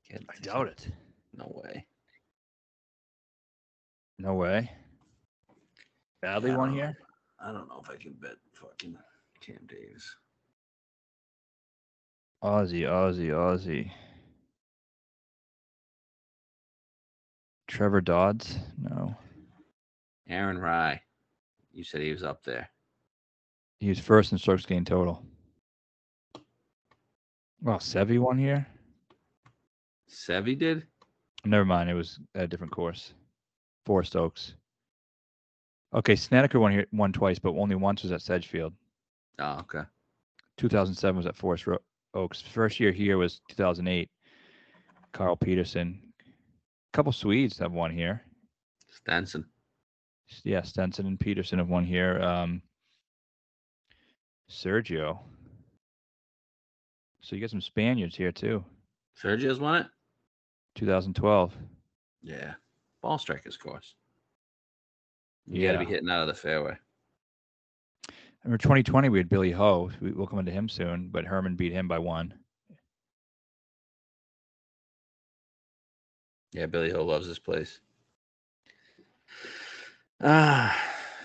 Speaker 3: Can't
Speaker 2: I
Speaker 3: think so.
Speaker 2: doubt it.
Speaker 3: No way.
Speaker 2: No way. Badly
Speaker 3: I
Speaker 2: one
Speaker 3: don't know.
Speaker 2: here.
Speaker 3: I don't know if I can bet fucking Cam Davis.
Speaker 2: Aussie, Aussie, Aussie. Trevor Dodds? No.
Speaker 3: Aaron Rye. You said he was up there.
Speaker 2: He was first in strokes gained total. Well, Sevy won here.
Speaker 3: Sevy did?
Speaker 2: Never mind. It was a different course. Four Stokes. Okay, Snedeker won here won twice, but only once was at Sedgefield.
Speaker 3: Oh, okay.
Speaker 2: 2007 was at Forest Ro- Oaks. First year here was 2008. Carl Peterson. A couple Swedes have won here.
Speaker 3: Stenson.
Speaker 2: Yeah, Stenson and Peterson have won here. Um, Sergio. So you got some Spaniards here too.
Speaker 3: Sergio's won it?
Speaker 2: 2012.
Speaker 3: Yeah. Ball strikers course. You gotta be
Speaker 2: Yeah.
Speaker 3: hitting out of the fairway.
Speaker 2: I remember 2020 we had Billy Ho. We, we'll come into him soon, but Herman beat him by one.
Speaker 3: Yeah, Billy Hill loves this place. Ah,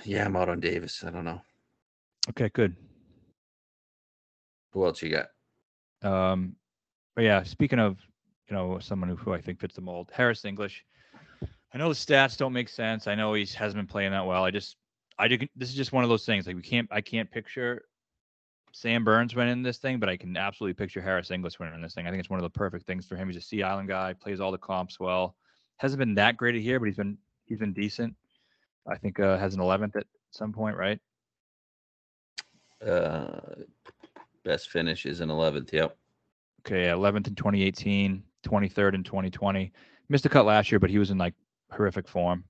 Speaker 3: yeah, I'm out on Davis. I don't know.
Speaker 2: Okay, good.
Speaker 3: Who else you got?
Speaker 2: Um, but yeah, speaking of, you know, someone who, who I think fits the mold, Harris English. I know the stats don't make sense. I know he hasn't been playing that well. I just, I do, this is just one of those things. Like we can't, I can't picture Sam Burns winning this thing, but I can absolutely picture Harris English winning this thing. I think it's one of the perfect things for him. He's a Sea Island guy, plays all the comps well. Hasn't been that great at here, but he's been he's been decent. I think uh, has an 11th at some point, right?
Speaker 3: Uh, best finish is in 11th. Yep.
Speaker 2: Okay, yeah, 11th in 2018, 23rd in 2020. Missed the cut last year, but he was in like horrific form.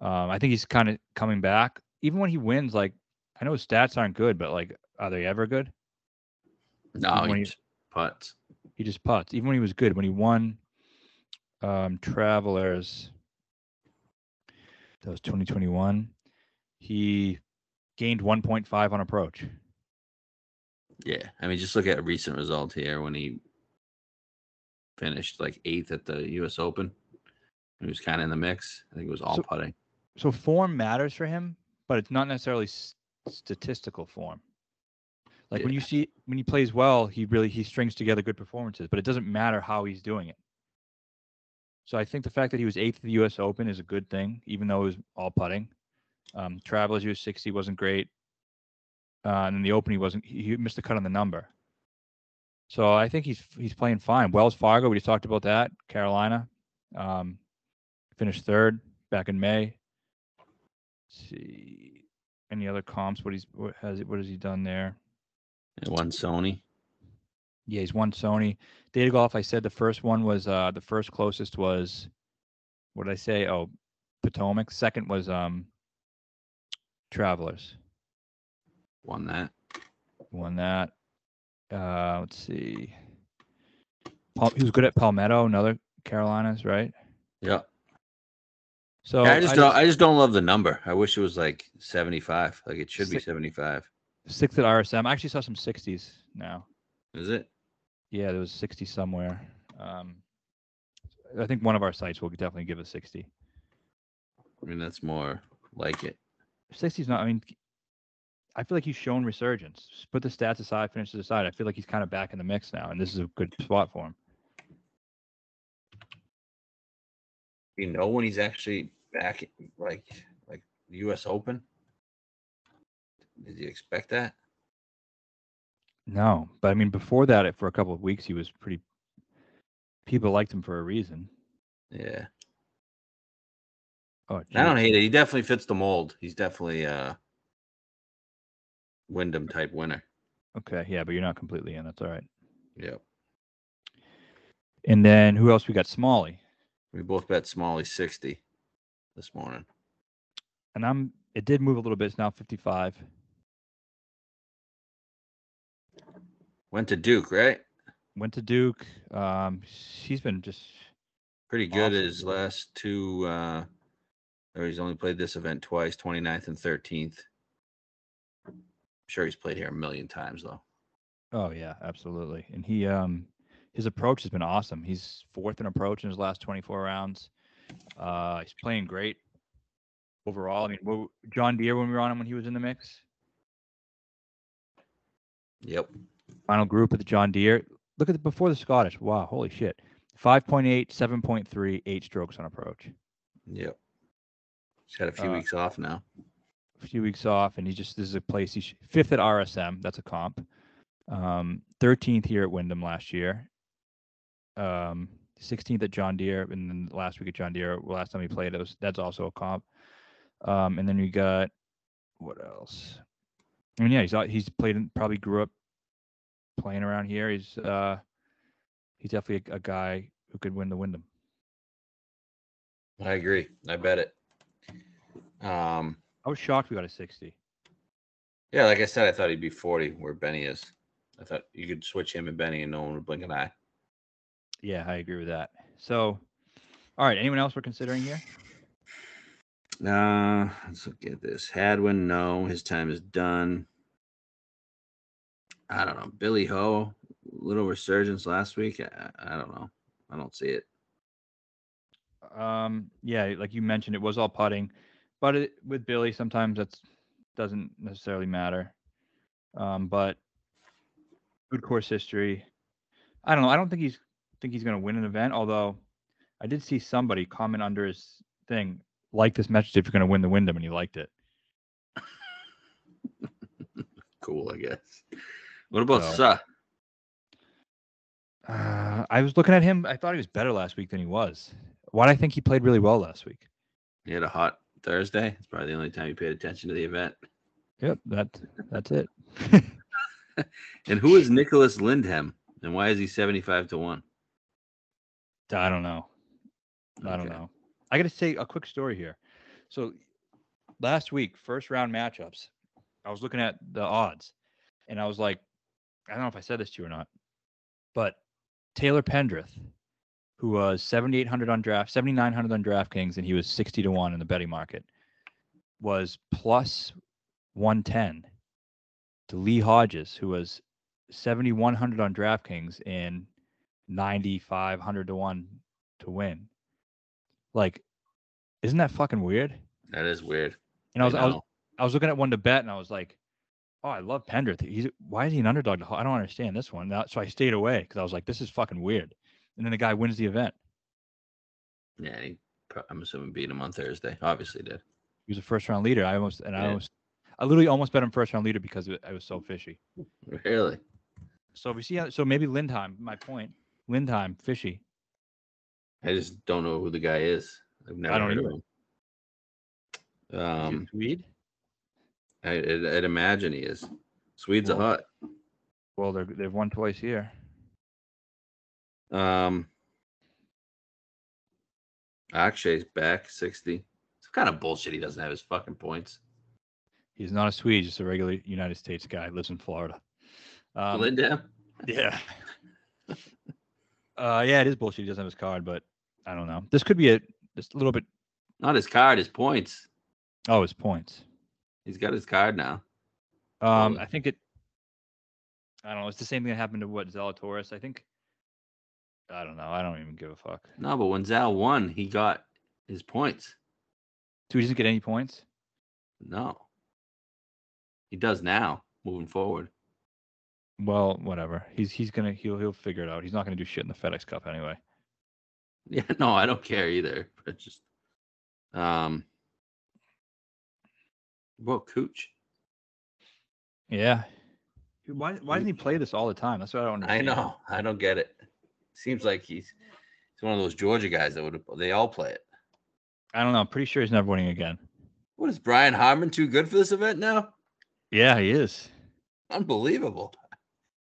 Speaker 2: Um, I think he's kind of coming back. Even when he wins, like I know his stats aren't good, but like are they ever good?
Speaker 3: No,
Speaker 2: when
Speaker 3: he
Speaker 2: you-
Speaker 3: just putts.
Speaker 2: He just putts. Even when he was good, when he won um, Travelers, that was 2021. He gained 1.5 on approach.
Speaker 3: Yeah. I mean, just look at a recent result here when he finished like eighth at the U.S. Open. He was kind of in the mix. I think it was all
Speaker 2: So-
Speaker 3: putting.
Speaker 2: so form matters for him, but it's not necessarily s- statistical form. Like when you see when he plays well, he really he strings together good performances, but it doesn't matter how he's doing it. So I think the fact that he was eighth at the U.S. Open is a good thing, even though it was all putting. Um, Travelers U.S. 60 wasn't great, uh, and in the Open he wasn't. He he missed a cut on the number. So I think he's he's playing fine. Wells Fargo, we just talked about that. Carolina um, finished third back in May see any other comps what he's what has what has he done there
Speaker 3: It won Sony.
Speaker 2: yeah he's won sony data golf i said the first one was uh the first closest was what did i say oh potomac second was um travelers
Speaker 3: Won that.
Speaker 2: won that uh let's see Pal- he was good at palmetto another carolinas right
Speaker 3: Yep.
Speaker 2: so
Speaker 3: I just don't. I just don't love the number. I wish it was like seventy-five. Like it should be
Speaker 2: Six-
Speaker 3: seventy-five.
Speaker 2: sixth at rsm i actually saw some 60s now
Speaker 3: Is it?
Speaker 2: Yeah, there was 60 somewhere. Um, I think one of our sites will definitely give a 60.
Speaker 3: I mean, that's more like it.
Speaker 2: 60 is not, I mean, I feel like he's shown resurgence. Just Put the stats aside, finishes aside. I feel like he's kind of back in the mix now, and this is a good spot for him.
Speaker 3: You know when he's actually back, in, like like the U.S. Open. Did you expect that?
Speaker 2: No, but I mean, before that, it- for a couple of weeks, he was pretty, people liked him for a reason.
Speaker 3: Yeah.
Speaker 2: Oh,
Speaker 3: I don't
Speaker 2: geez.
Speaker 3: hate it. He definitely fits the mold. He's definitely a Wyndham type winner. e-,
Speaker 2: Okay. Yeah, but you're not completely in. That's all right.
Speaker 3: Yep.
Speaker 2: And then who else we got? Smalley.
Speaker 3: We both bet Smalley sixty this morning.
Speaker 2: And I'm, it did move a little bit. It's now 55.
Speaker 3: Went to Duke, right?
Speaker 2: Went to Duke. Um, he's been just,
Speaker 3: pretty good
Speaker 2: Awesome.
Speaker 3: his last two uh or he's only played this event twice 29th and 13th I'm sure he's played here a million times though
Speaker 2: Oh yeah, absolutely. And he um his approach has been awesome. He's fourth in approach in his last 24 rounds. Uh he's playing great. overall. I mean, wo- John Deere when we were on him when he was in the mix,
Speaker 3: Yep.
Speaker 2: final group of the John Deere. Look at the before the Scottish. Wow, holy shit. 5.8, 7.3, eight strokes on approach.
Speaker 3: Yep. He's had a few
Speaker 2: Uh,
Speaker 3: weeks off now.
Speaker 2: a few weeks off, and he just this is a place he sh- fifth at RSM. That's a comp. Um, 13th here at Wyndham last year. Um, 16th at John Deere, and then last week at John Deere. Last time he played, it was that's also a comp. Um, and then we got what else? I mean, yeah, he's out- he's played in- probably grew up playing around here. He's uh, he's definitely a, a guy who could win the Wyndham.
Speaker 3: I agree. I bet it. Um,
Speaker 2: I was shocked we got a 60.
Speaker 3: yeah, like I said, I thought he'd be 40 where Benny is. I thought you could switch him and Benny and no one would blink an eye.
Speaker 2: Yeah, I agree with that. So, all right, anyone else we're considering here?
Speaker 3: Uh, let's look at this. Hadwin, no, his time is done. I don't know. Billy Ho, little resurgence last week. I, I don't know. I don't see it.
Speaker 2: Um, yeah, like you mentioned, it was all putting, but it, with Billy, sometimes that's doesn't necessarily matter. Um, but good course history. I don't know. I don't think he's think he's going to win an event. Although I did see somebody comment under his thing, like this message if you're going to win the Wyndham, and he liked it.
Speaker 3: Cool, I guess. What about
Speaker 2: No.
Speaker 3: Suh?
Speaker 2: Uh, I was looking at him. I thought he was better last week than he was. Why do I think he played really well last week?
Speaker 3: He had a hot Thursday. It's probably the only time he paid attention to the event.
Speaker 2: Yep, that that's it.
Speaker 3: And who is Nicholas Lindhem? And why is he 75 to 1?
Speaker 2: I don't know. I don't
Speaker 3: Okay.
Speaker 2: know. I got to say a quick story here. So last week, first round matchups, I was looking at the odds and I was like, I don't know if I said this to you or not, but Taylor Pendrith, who was 7,800 on draft, 7,900 on DraftKings, and he was 60 to 1 in the betting market, was plus 110 to Lee Hodges, who was 7,100 on DraftKings and 9,500 to 1 to win. Like, isn't that fucking weird?
Speaker 3: That is weird.
Speaker 2: And I was, I was,
Speaker 3: know.
Speaker 2: I was looking at one to bet, and I was like, "Oh, I love Pendrith. He's why is he an underdog? to Ho- I don't understand this one." That- So I stayed away because I was like, "This is fucking weird." And then the guy wins the event.
Speaker 3: Yeah, and he, pro- I'm assuming beat him on Thursday. Obviously did.
Speaker 2: He was a first round leader. I almost and I
Speaker 3: Yeah.
Speaker 2: almost, I literally almost bet him first round leader because it, it was so fishy.
Speaker 3: Really?
Speaker 2: So we see how. So maybe Lindheim. My point. Lindheim fishy.
Speaker 3: I just don't know who the guy is. I've never
Speaker 2: don't
Speaker 3: heard
Speaker 2: either.
Speaker 3: of him. Um,
Speaker 2: Swede.
Speaker 3: I, I'd, I'd imagine he is. Swede's
Speaker 2: Well-
Speaker 3: a hut.
Speaker 2: Well, they're, they've won twice here.
Speaker 3: Um, Akshay's back 60. It's kind of bullshit. He doesn't have his fucking points.
Speaker 2: He's not a Swede, just a regular United States guy. Lives in Florida. Um,
Speaker 3: Lindham?
Speaker 2: Yeah. uh, yeah, it is bullshit. He doesn't have his card, but I don't know. This could be a just a little bit.
Speaker 3: Not his card, his points.
Speaker 2: Oh, his points.
Speaker 3: He's got his card now.
Speaker 2: Um,
Speaker 3: Totally.
Speaker 2: I think it. I don't know. It's the same thing that happened to what Zalatoris. I think. I don't know. I don't even give a fuck.
Speaker 3: No, but when Zal won, he got his points.
Speaker 2: So he doesn't get any points.
Speaker 3: No. He does now, moving forward.
Speaker 2: Well, whatever. He's he's gonna he'll he'll figure it out. He's not gonna do shit in the FedEx Cup anyway.
Speaker 3: Yeah, no, I don't care either. But just um well, Cooch.
Speaker 2: Yeah. Why why doesn't he play this all the time? That's what I don't
Speaker 3: I
Speaker 2: understand.
Speaker 3: know. I don't get it. Seems like he's he's one of those Georgia guys that would they all play it.
Speaker 2: I don't know. I'm pretty sure he's never winning again.
Speaker 3: What is Brian Harmon too good for this event now?
Speaker 2: Yeah, he is.
Speaker 3: Unbelievable.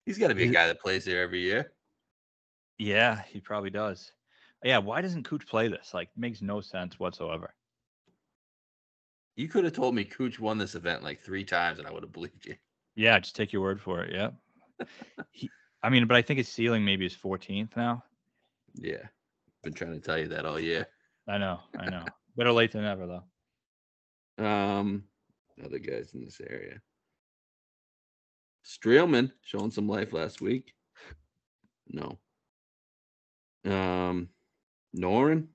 Speaker 3: He's got to be a
Speaker 2: Is-
Speaker 3: guy that plays there every year.
Speaker 2: Yeah, he probably does. Yeah, why doesn't Cooch play this? Like, makes no sense whatsoever.
Speaker 3: You could have told me Cooch won this event like three times and I would have believed you.
Speaker 2: Yeah, just take your word for it. Yeah. he, I mean, but I think his ceiling maybe is 14th now.
Speaker 3: Yeah. Been trying to tell you that all year.
Speaker 2: I know, I know. Better late than ever, though.
Speaker 3: Um, other guys in this area. Streelman showing some life last week. No. Um, Norin.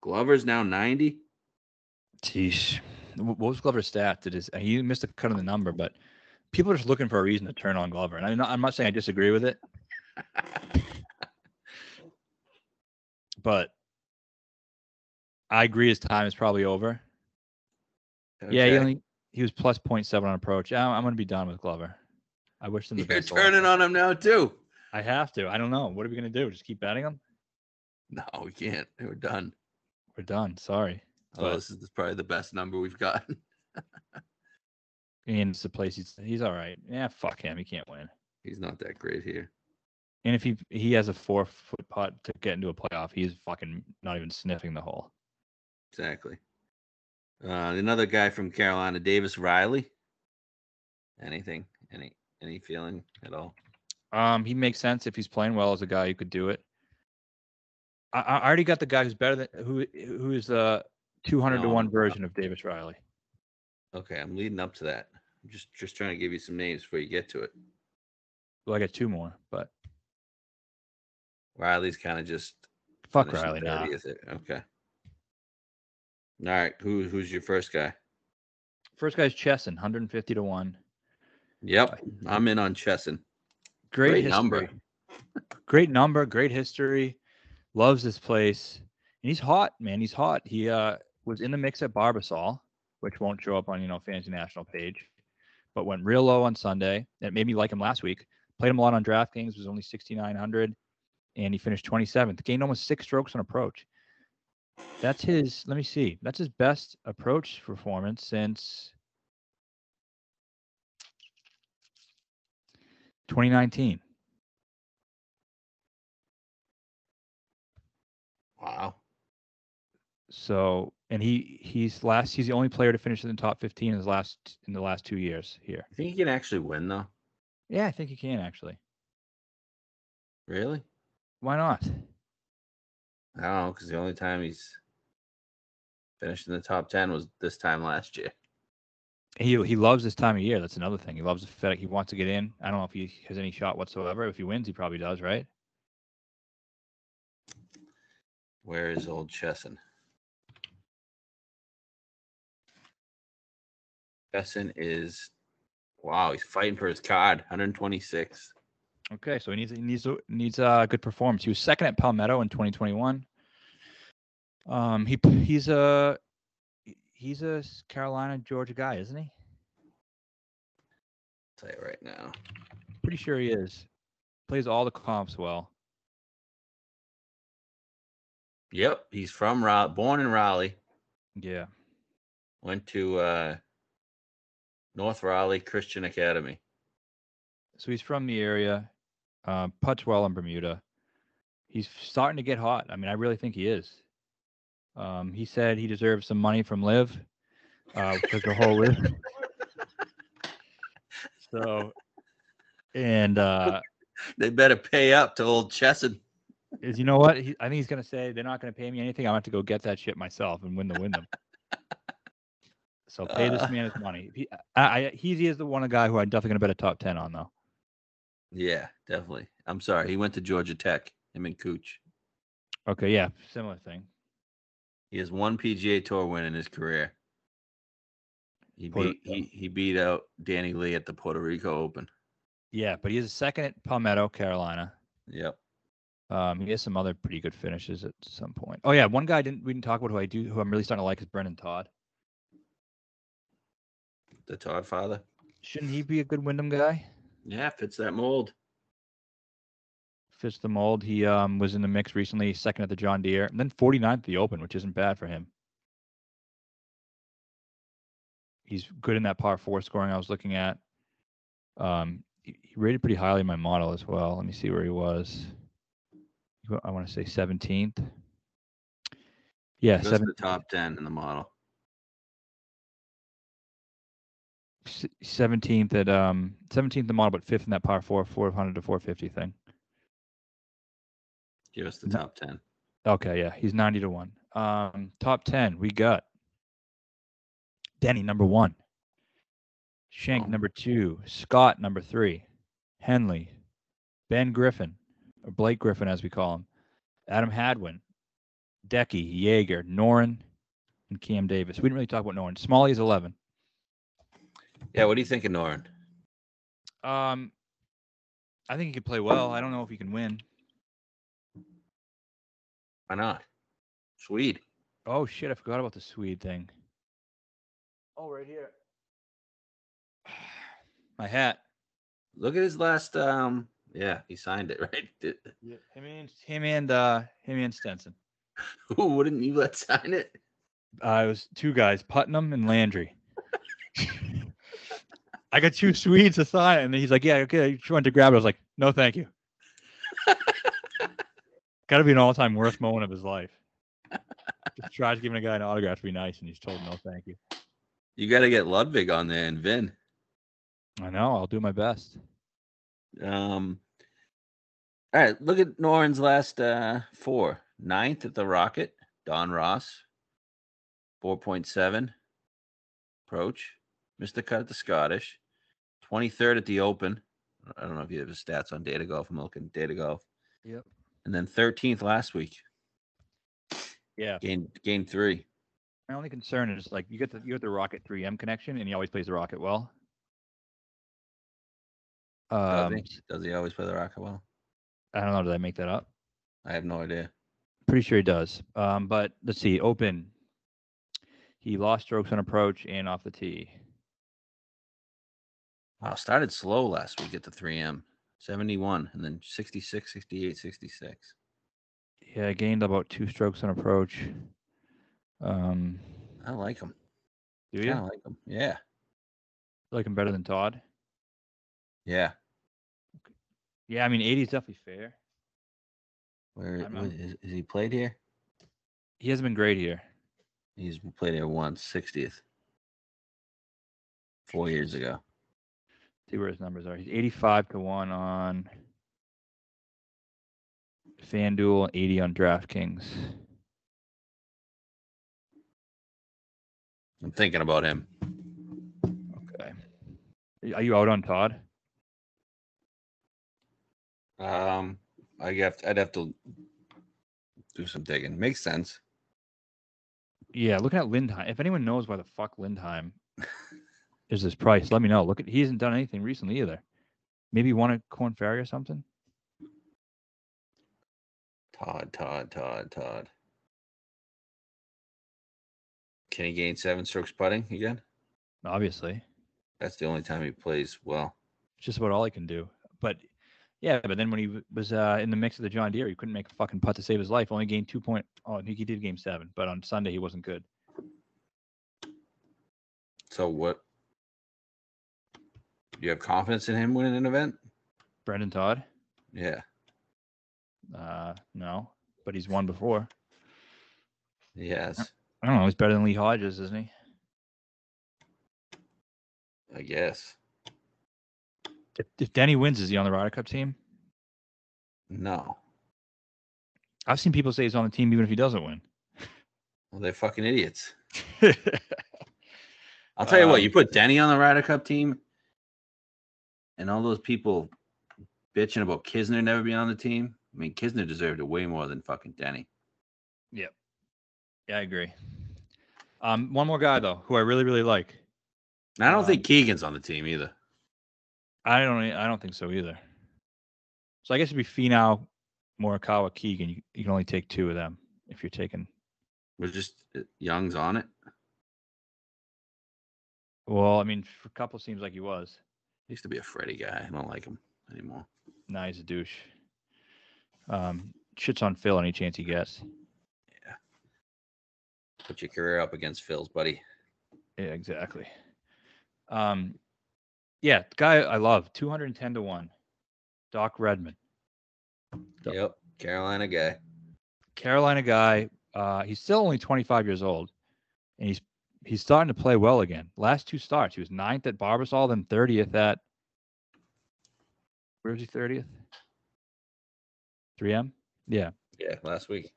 Speaker 3: Glover's now 90.
Speaker 2: Jeez. Wh- What was Glover's stat? Did his, he missed a cut on the number, but people are just looking for a reason to turn on Glover. And I'm not, I'm not saying I disagree with it, but I agree his time is probably over. Yeah, he,
Speaker 3: Okay.
Speaker 2: only, he was plus 0.7 on approach. Yeah, I'm, going to be done with Glover. I wish them the
Speaker 3: You're
Speaker 2: best. of luck.
Speaker 3: turning on him now too.
Speaker 2: I have to. I don't know. What are we going to do? Just keep betting him?
Speaker 3: No, we can't. We're done.
Speaker 2: We're done. Sorry.
Speaker 3: Although
Speaker 2: But-
Speaker 3: this is probably the best number we've gotten.
Speaker 2: And it's the place he's he's all right. Yeah, fuck him. He can't win.
Speaker 3: He's not that great here.
Speaker 2: And if he he has a four foot putt to get into a playoff, he's fucking not even sniffing the hole.
Speaker 3: Exactly. Uh, another guy from Carolina, Davis Riley. Anything? Any any feeling at all?
Speaker 2: Um, he makes sense if he's playing well as a guy who could do it. I, I already got the guy who's better than who who is the two hundred to
Speaker 3: No,
Speaker 2: one
Speaker 3: I'm-
Speaker 2: version of Davis Riley.
Speaker 3: Okay, I'm leading up to that. I'm just just trying to give you some names before you get to it.
Speaker 2: Well, I got two more, but
Speaker 3: Riley's kind of just
Speaker 2: fuck
Speaker 3: finishing
Speaker 2: Riley now.
Speaker 3: 30th there. eh, Okay. All right. Who who's your first guy?
Speaker 2: First guy's Chesson, hundred and fifty to one.
Speaker 3: Yep, I'm in on Chesson.
Speaker 2: Great,
Speaker 3: Great number.
Speaker 2: history. great number, great history. Loves this place, and he's hot, man. He's hot. He uh, was in the mix at Barbasol, which won't show up on you know Fantasy National page, but went real low on Sunday. That made me like him last week. Played him a lot on DraftKings. Was only sixty nine hundred, and he finished twenty seventh. Gained almost six strokes on approach. That's his. Let me see. That's his best approach performance since 2019.
Speaker 3: Wow.
Speaker 2: So, and he he's last. He's the only player to finish in the top 15 in his last in the last two years here.
Speaker 3: You think he can actually win though?
Speaker 2: Yeah, I think he can actually.
Speaker 3: Really?
Speaker 2: Why not?
Speaker 3: I don't know because the only time he's finished in the top ten was this time last year.
Speaker 2: He he loves this time of year. That's another thing. He loves the FedEx. He wants to get in. I don't know if he has any shot whatsoever. If he wins, he probably does, right?
Speaker 3: Where is old Chesson? Chesson is wow, he's fighting for his card. 126.
Speaker 2: Okay, so he needs he needs a- needs a good performance. He was second at Palmetto in 2021. Um, he p- he's a he- he's a s- Carolina Georgia guy, isn't he?
Speaker 3: I'll tell you right now.
Speaker 2: Pretty sure he is. Plays all the comps well.
Speaker 3: Yep, he's from Raleigh, born in Raleigh,
Speaker 2: Yeah.
Speaker 3: went to uh North Raleigh Christian Academy.
Speaker 2: so he's from the area, uh, putts well in Bermuda. He's starting to get hot. I mean, I really think he is. Um, he said he deserves some money from Live uh, because the whole Live. so, and uh,
Speaker 3: They better pay up to old Chesson.
Speaker 2: is you know what? He, I think he's gonna say they're not gonna pay me anything. I'm gonna have to go get that shit myself and win the Wyndham. so pay
Speaker 3: Uh.
Speaker 2: this man his money. He, I, I, he is the one guy who I'm definitely gonna bet a top ten on though.
Speaker 3: Yeah, definitely. I'm sorry. He went to Georgia Tech. Him and Cooch.
Speaker 2: Okay, yeah, similar thing.
Speaker 3: He has one PGA Tour win in his career. He
Speaker 2: Puerto
Speaker 3: beat he, he beat out Danny Lee at the Puerto Rico Open.
Speaker 2: Yeah, but he is second at Palmetto, Carolina.
Speaker 3: Yep.
Speaker 2: Um, he has some other pretty good finishes at some point. Oh yeah, one guy I didn't we didn't talk about who I do who I'm really starting to like is Brendan Todd.
Speaker 3: The Todd father.
Speaker 2: Shouldn't he be a good Wyndham guy?
Speaker 3: Yeah, fits that mold.
Speaker 2: Fits the mold. He um was in the mix recently, second at the John Deere, and then 49th at the Open, which isn't bad for him. He's good in that par four scoring I was looking at. Um, he, he rated pretty highly in my model as well. Let me see where he was. He wa- I want to say 17th. Yeah,
Speaker 3: Just
Speaker 2: seven,
Speaker 3: the top ten in the model.
Speaker 2: seventeenth at um seventeenth the model, but fifth in that par four, four hundred to four fifty thing.
Speaker 3: Just the
Speaker 2: No.
Speaker 3: top ten.
Speaker 2: Okay, yeah, he's ninety to one. Um, top ten, we got Denny number one, Shank
Speaker 3: Oh.
Speaker 2: number two, Scott number three, Henley, Ben Griffin, or Blake Griffin as we call him, Adam Hadwin, Decky, Jaeger, Norin, and Cam Davis. We didn't really talk about Noren. Smalley is 11.
Speaker 3: Yeah, what do you think of Noren?
Speaker 2: Um, I think he could play well. I don't know if he can win.
Speaker 3: Why not? Swede.
Speaker 2: Oh shit! I forgot about the Swede thing. Oh, right here. My hat.
Speaker 3: Look at his last. um Yeah, he signed it, right? Did-
Speaker 2: Yeah. Him and him and uh, him and Stenson.
Speaker 3: Who wouldn't you let sign it?
Speaker 2: Uh, it was two guys, Putnam and Landry. I got two Swedes to sign, and he's like, "Yeah, okay." She went to grab it. I was like, "No, thank you." got to be an all-time worst moment of his life. Just tries giving a guy an autograph to be nice, and he's told, "No, thank you."
Speaker 3: You got to get Ludwig on there and Vin.
Speaker 2: I know. I'll do my best.
Speaker 3: Um, all right, look at Noren's last uh, four. Ninth at the Rocket, Don Ross, 4.7 approach. Mr. Cut at the Scottish, 23rd at the Open. I don't know if you have his stats on Data Golf. I'm looking at Data Golf.
Speaker 2: Yep.
Speaker 3: And then 13th last week,
Speaker 2: Yeah.
Speaker 3: gained, gained three.
Speaker 2: My only concern is like you get the you get the Rocket 3M connection, and he always plays the Rocket well.
Speaker 3: Does,
Speaker 2: Um,
Speaker 3: he? Does he always play the Rocket well?
Speaker 2: I don't know. Did I make that up?
Speaker 3: I have no idea.
Speaker 2: Pretty sure he does. Um, but let's see. Open. He lost strokes on approach and off the tee.
Speaker 3: Wow, started slow last week at the 3M, 71, and then 66, 68, 66.
Speaker 2: Yeah, gained about two strokes on approach. Um,
Speaker 3: I like him.
Speaker 2: do you
Speaker 3: Yeah, I like him. Yeah,
Speaker 2: like him better than Todd?
Speaker 3: yeah.
Speaker 2: Yeah, I mean, 80 is definitely fair.
Speaker 3: Where
Speaker 2: I'm-
Speaker 3: where-
Speaker 2: I'm-
Speaker 3: is, is he played here?
Speaker 2: He hasn't been great here.
Speaker 3: He's played here once, 60th, four years ago.
Speaker 2: see where his numbers are. He's 85 to 1 on FanDuel, and 80 on DraftKings.
Speaker 3: I'm thinking about him.
Speaker 2: Okay. Y- Are you out on Todd?
Speaker 3: Um, I have I'd have to do some digging. Makes sense.
Speaker 2: Yeah, looking at Lindheim. If anyone knows why the fuck Lindheim is this price, let me know. Look at he hasn't done anything recently either. Maybe one at Corn Ferry or something.
Speaker 3: Todd, Todd, Todd, Todd. Can he gain seven strokes putting again?
Speaker 2: Obviously.
Speaker 3: That's the only time he plays well.
Speaker 2: It's just about all he can do. But yeah, but then when he w- was uh, in the mix of the John Deere, he couldn't make a fucking putt to save his life. Only gained two point. Oh, I think he did game seven, but on Sunday he wasn't good.
Speaker 3: So what? Do you have confidence in him winning an event?
Speaker 2: Brendan Todd.
Speaker 3: Yeah,
Speaker 2: Uh, no, but he's won before.
Speaker 3: he has.
Speaker 2: I don't know. He's better than Lee Hodges, isn't he?
Speaker 3: I guess.
Speaker 2: If, if Denny wins, is he on the Ryder Cup team?
Speaker 3: No.
Speaker 2: I've seen people say he's on the team even if he doesn't win.
Speaker 3: Well, they're fucking idiots. I'll tell you what, you
Speaker 2: Um,
Speaker 3: put Denny on the Ryder Cup team, and all those people bitching about Kisner never being on the team. I mean, Kisner deserved it way more than fucking Denny.
Speaker 2: yeah, I agree. Um, one more guy though, who I really really like.
Speaker 3: And I don't
Speaker 2: Um,
Speaker 3: think Keegan's on the team either.
Speaker 2: I don't. I don't think so either. So I guess it'd be Finau, Morikawa, Keegan. You, you can only take two of them if you're taking.
Speaker 3: We're just uh, Young's on it.
Speaker 2: Well, I mean, for a couple seems like he was.
Speaker 3: He used to be a Freddie guy. I don't like him anymore.
Speaker 2: Nah, he's a douche. Um, shits on Phil any chance he gets.
Speaker 3: Put your career up against Phil's buddy.
Speaker 2: Yeah, exactly. Um, yeah, the guy I love, two hundred and ten to one, Doc Redman, Yep.
Speaker 3: Yep, Carolina guy.
Speaker 2: Carolina guy. Uh, he's still only twenty five years old, and he's he's starting to play well again. Last two starts, he was ninth at Barbasol, then thirtieth at. Where was he thirtieth? Three M. Yeah.
Speaker 3: Yeah, last week.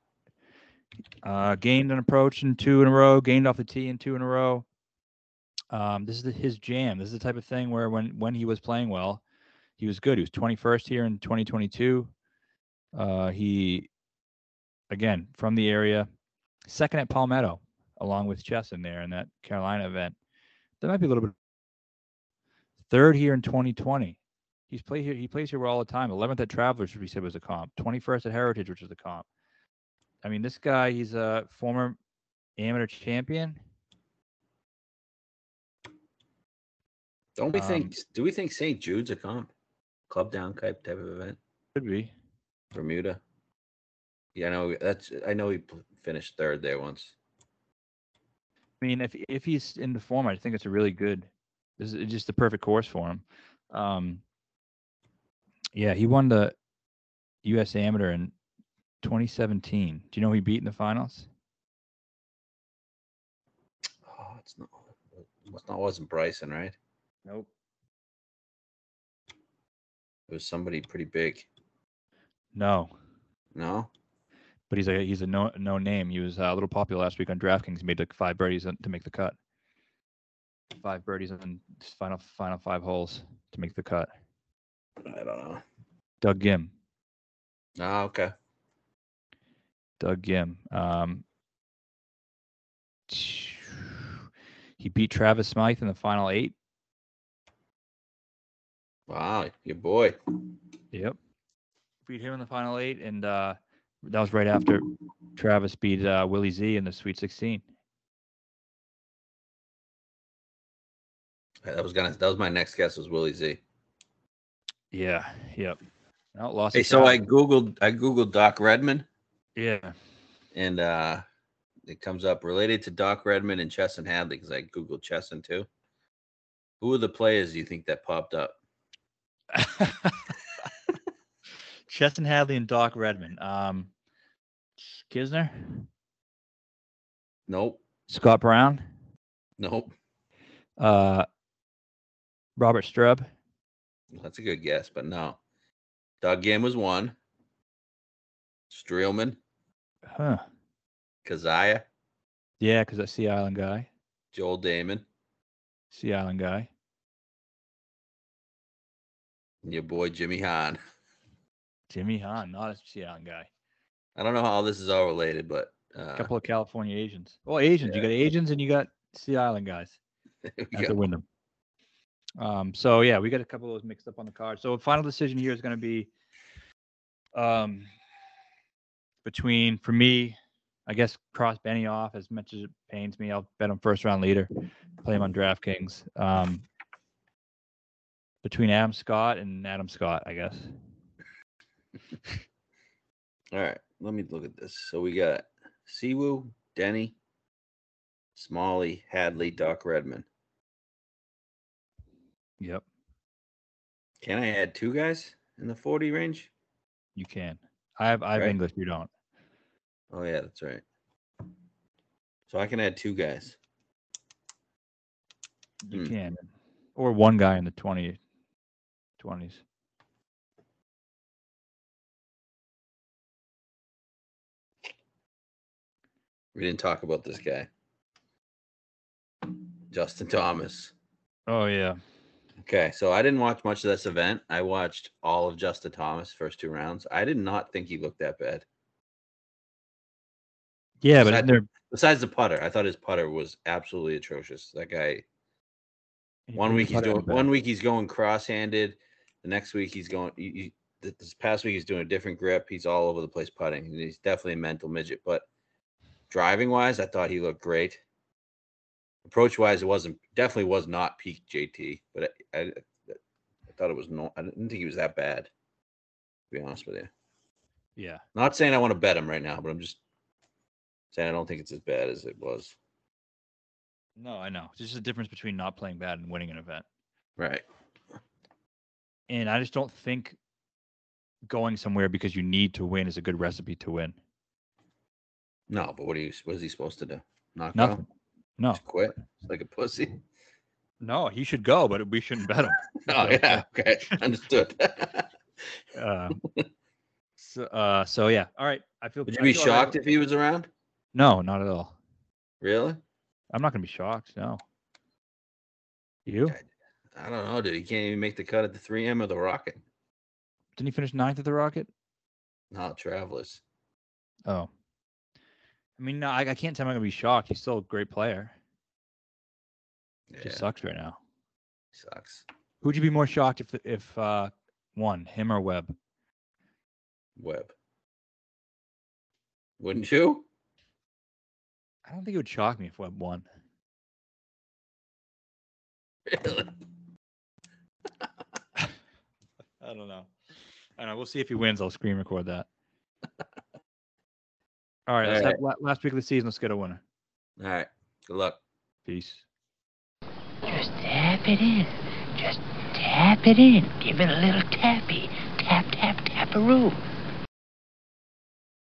Speaker 2: Uh, gained an approach in two in a row. Gained off the tee in two in a row. Um, this is the, his jam. This is the type of thing where when when he was playing well, he was good. He was 21st here in 2022. Uh, he again from the area, second at Palmetto. along with chess in there in that Carolina event. That might be a little bit third here in 2020. He's played here. He plays here all the time. 11th at Travelers, which we said was a comp. 21st at Heritage, which is the comp. I mean, this guy, he's a former amateur champion.
Speaker 3: Don't we
Speaker 2: Um,
Speaker 3: think? Do we think St. Jude's a comp, club down type type of event?
Speaker 2: Could be.
Speaker 3: Bermuda. Yeah, I know. That's I know he pl- finished third there once.
Speaker 2: I mean, if if he's in the form, I think it's a really good. This is just the perfect course for him. Um, yeah, he won the U.S. Amateur in 2017. Do you know who he beat in the finals?
Speaker 3: Oh, it's not. It's not. Wasn't Bryson right?
Speaker 2: Nope.
Speaker 3: It was somebody pretty big.
Speaker 2: No,
Speaker 3: No.
Speaker 2: but he's a he's a no no name. He was uh, a little popular last week on DraftKings. He made like five birdies on- to make the cut. Five birdies on his final final five holes to make the cut.
Speaker 3: I don't know.
Speaker 2: Doug Gim.
Speaker 3: Oh, okay.
Speaker 2: Doug Gim. Um, he beat Travis Smythe in the final eight.
Speaker 3: Wow, your boy.
Speaker 2: Yep. Beat him in the final eight, and uh, that was right after Travis beat uh, Willie Z in the Sweet 16.
Speaker 3: That was gonna. That was my next guess. Was Willie Z.
Speaker 2: Yeah. Yep. Out lost.
Speaker 3: Hey,
Speaker 2: to
Speaker 3: so I
Speaker 2: Travis.
Speaker 3: googled. I googled Doc Redman,
Speaker 2: yeah.
Speaker 3: and uh it comes up related to Doc Redman and Chesson Hadley because I googled Chesson too. Who are the players you think that popped up?
Speaker 2: Cheston Hadley and Doc Redman. Um, Kisner,
Speaker 3: Nope.
Speaker 2: Scott Brown,
Speaker 3: Nope.
Speaker 2: uh, Robert Strub.
Speaker 3: That's a good guess, but no. Doug Gam was one. Streelman,
Speaker 2: Huh.
Speaker 3: Kazaya,
Speaker 2: Yeah, because that Sea Island guy.
Speaker 3: Joel Damon,
Speaker 2: Sea Island guy.
Speaker 3: and your boy Jimmy Hahn.
Speaker 2: Jimmy Hahn, not a Sea Island guy.
Speaker 3: I don't know how this is all related, but uh,
Speaker 2: A couple of California Asians. Well, Asians. You got Asians and you got Sea Island guys.
Speaker 3: we
Speaker 2: Have
Speaker 3: got-
Speaker 2: to win them. Um, so yeah, we got a couple of those mixed up on the card. So final decision here is going to be um, between for me, I guess cross Benny off as much as it pains me. I'll bet him first round leader, play him on DraftKings. Um, between Adam Scott and Adam Scott, I guess.
Speaker 3: all right, let me look at this. So we got Siwu, Denny, Smalley, Hadley, Doc Redman.
Speaker 2: Yep,
Speaker 3: Can I add two guys in the 40 range?
Speaker 2: you can. I have I have
Speaker 3: Right.
Speaker 2: English. You don't.
Speaker 3: Oh, yeah, that's right. So I can add two guys.
Speaker 2: You
Speaker 3: Hmm.
Speaker 2: can. Or one guy in the 20, 20s.
Speaker 3: We didn't talk about this guy. Justin Thomas.
Speaker 2: Oh yeah.
Speaker 3: Okay, so I didn't watch much of this event. I watched all of Justin Thomas first two rounds. I did not think he looked that bad.
Speaker 2: Yeah,
Speaker 3: Is
Speaker 2: but
Speaker 3: that-
Speaker 2: isn't there
Speaker 3: Besides the putter, I thought his putter was absolutely atrocious. That guy
Speaker 2: He
Speaker 3: one
Speaker 2: put
Speaker 3: week
Speaker 2: the
Speaker 3: he's
Speaker 2: putter in
Speaker 3: doing
Speaker 2: the
Speaker 3: one
Speaker 2: bag.
Speaker 3: week he's going cross-handed. The next week he's going you, you, th- this past week he's doing a different grip. He's all over the place putting. and He's definitely a mental midget, but driving wise, I thought he looked great. Approach wise, it wasn't definitely was not peak JT, but I, I, I thought it was no. I didn't think he was that bad. To be honest with you,
Speaker 2: Yeah.
Speaker 3: not saying I want to bet him right now, but I'm just saying I don't think it's as bad as it was.
Speaker 2: No, I know. There's just a difference between not playing bad and winning an event.
Speaker 3: Right.
Speaker 2: And I just don't think going somewhere because you need to win is a good recipe to win.
Speaker 3: No, but what do you? What is he supposed to do? Knock out?
Speaker 2: Nothing. No.
Speaker 3: Just quit? It's like a pussy.
Speaker 2: No, he should go, but we shouldn't bet him.
Speaker 3: Oh
Speaker 2: So,
Speaker 3: yeah, okay, understood. Would
Speaker 2: uh, so, uh, so yeah. All right. I feel.
Speaker 3: you
Speaker 2: I
Speaker 3: be
Speaker 2: feel all right
Speaker 3: shocked
Speaker 2: about-
Speaker 3: if he was around?
Speaker 2: No, not at all.
Speaker 3: Really?
Speaker 2: I'm not gonna be shocked. No. You
Speaker 3: Okay. I don't know, dude. He can't even make the cut at the 3M of the Rocket.
Speaker 2: didn't he finish ninth at the Rocket?
Speaker 3: No, Travelers.
Speaker 2: Oh. I I mean, no, I, I can't tell him I'm gonna be shocked. He's still a great player.
Speaker 3: Yeah,
Speaker 2: Just sucks right now.
Speaker 3: sucks.
Speaker 2: Who'd you be more shocked if the- if uh one him or Webb?
Speaker 3: Webb. Wouldn't you?
Speaker 2: I don't think it would shock me if Webb won.
Speaker 3: Really?
Speaker 2: I don't know. I know. We'll see if he wins. I'll screen record that. All right.
Speaker 3: All
Speaker 2: let's have- la- last week of the season, let's get a winner.
Speaker 3: All right. Good luck.
Speaker 2: Peace.
Speaker 1: Just tap it in. Just tap it in. Give it a little tappy. Tap, tap, taparoo.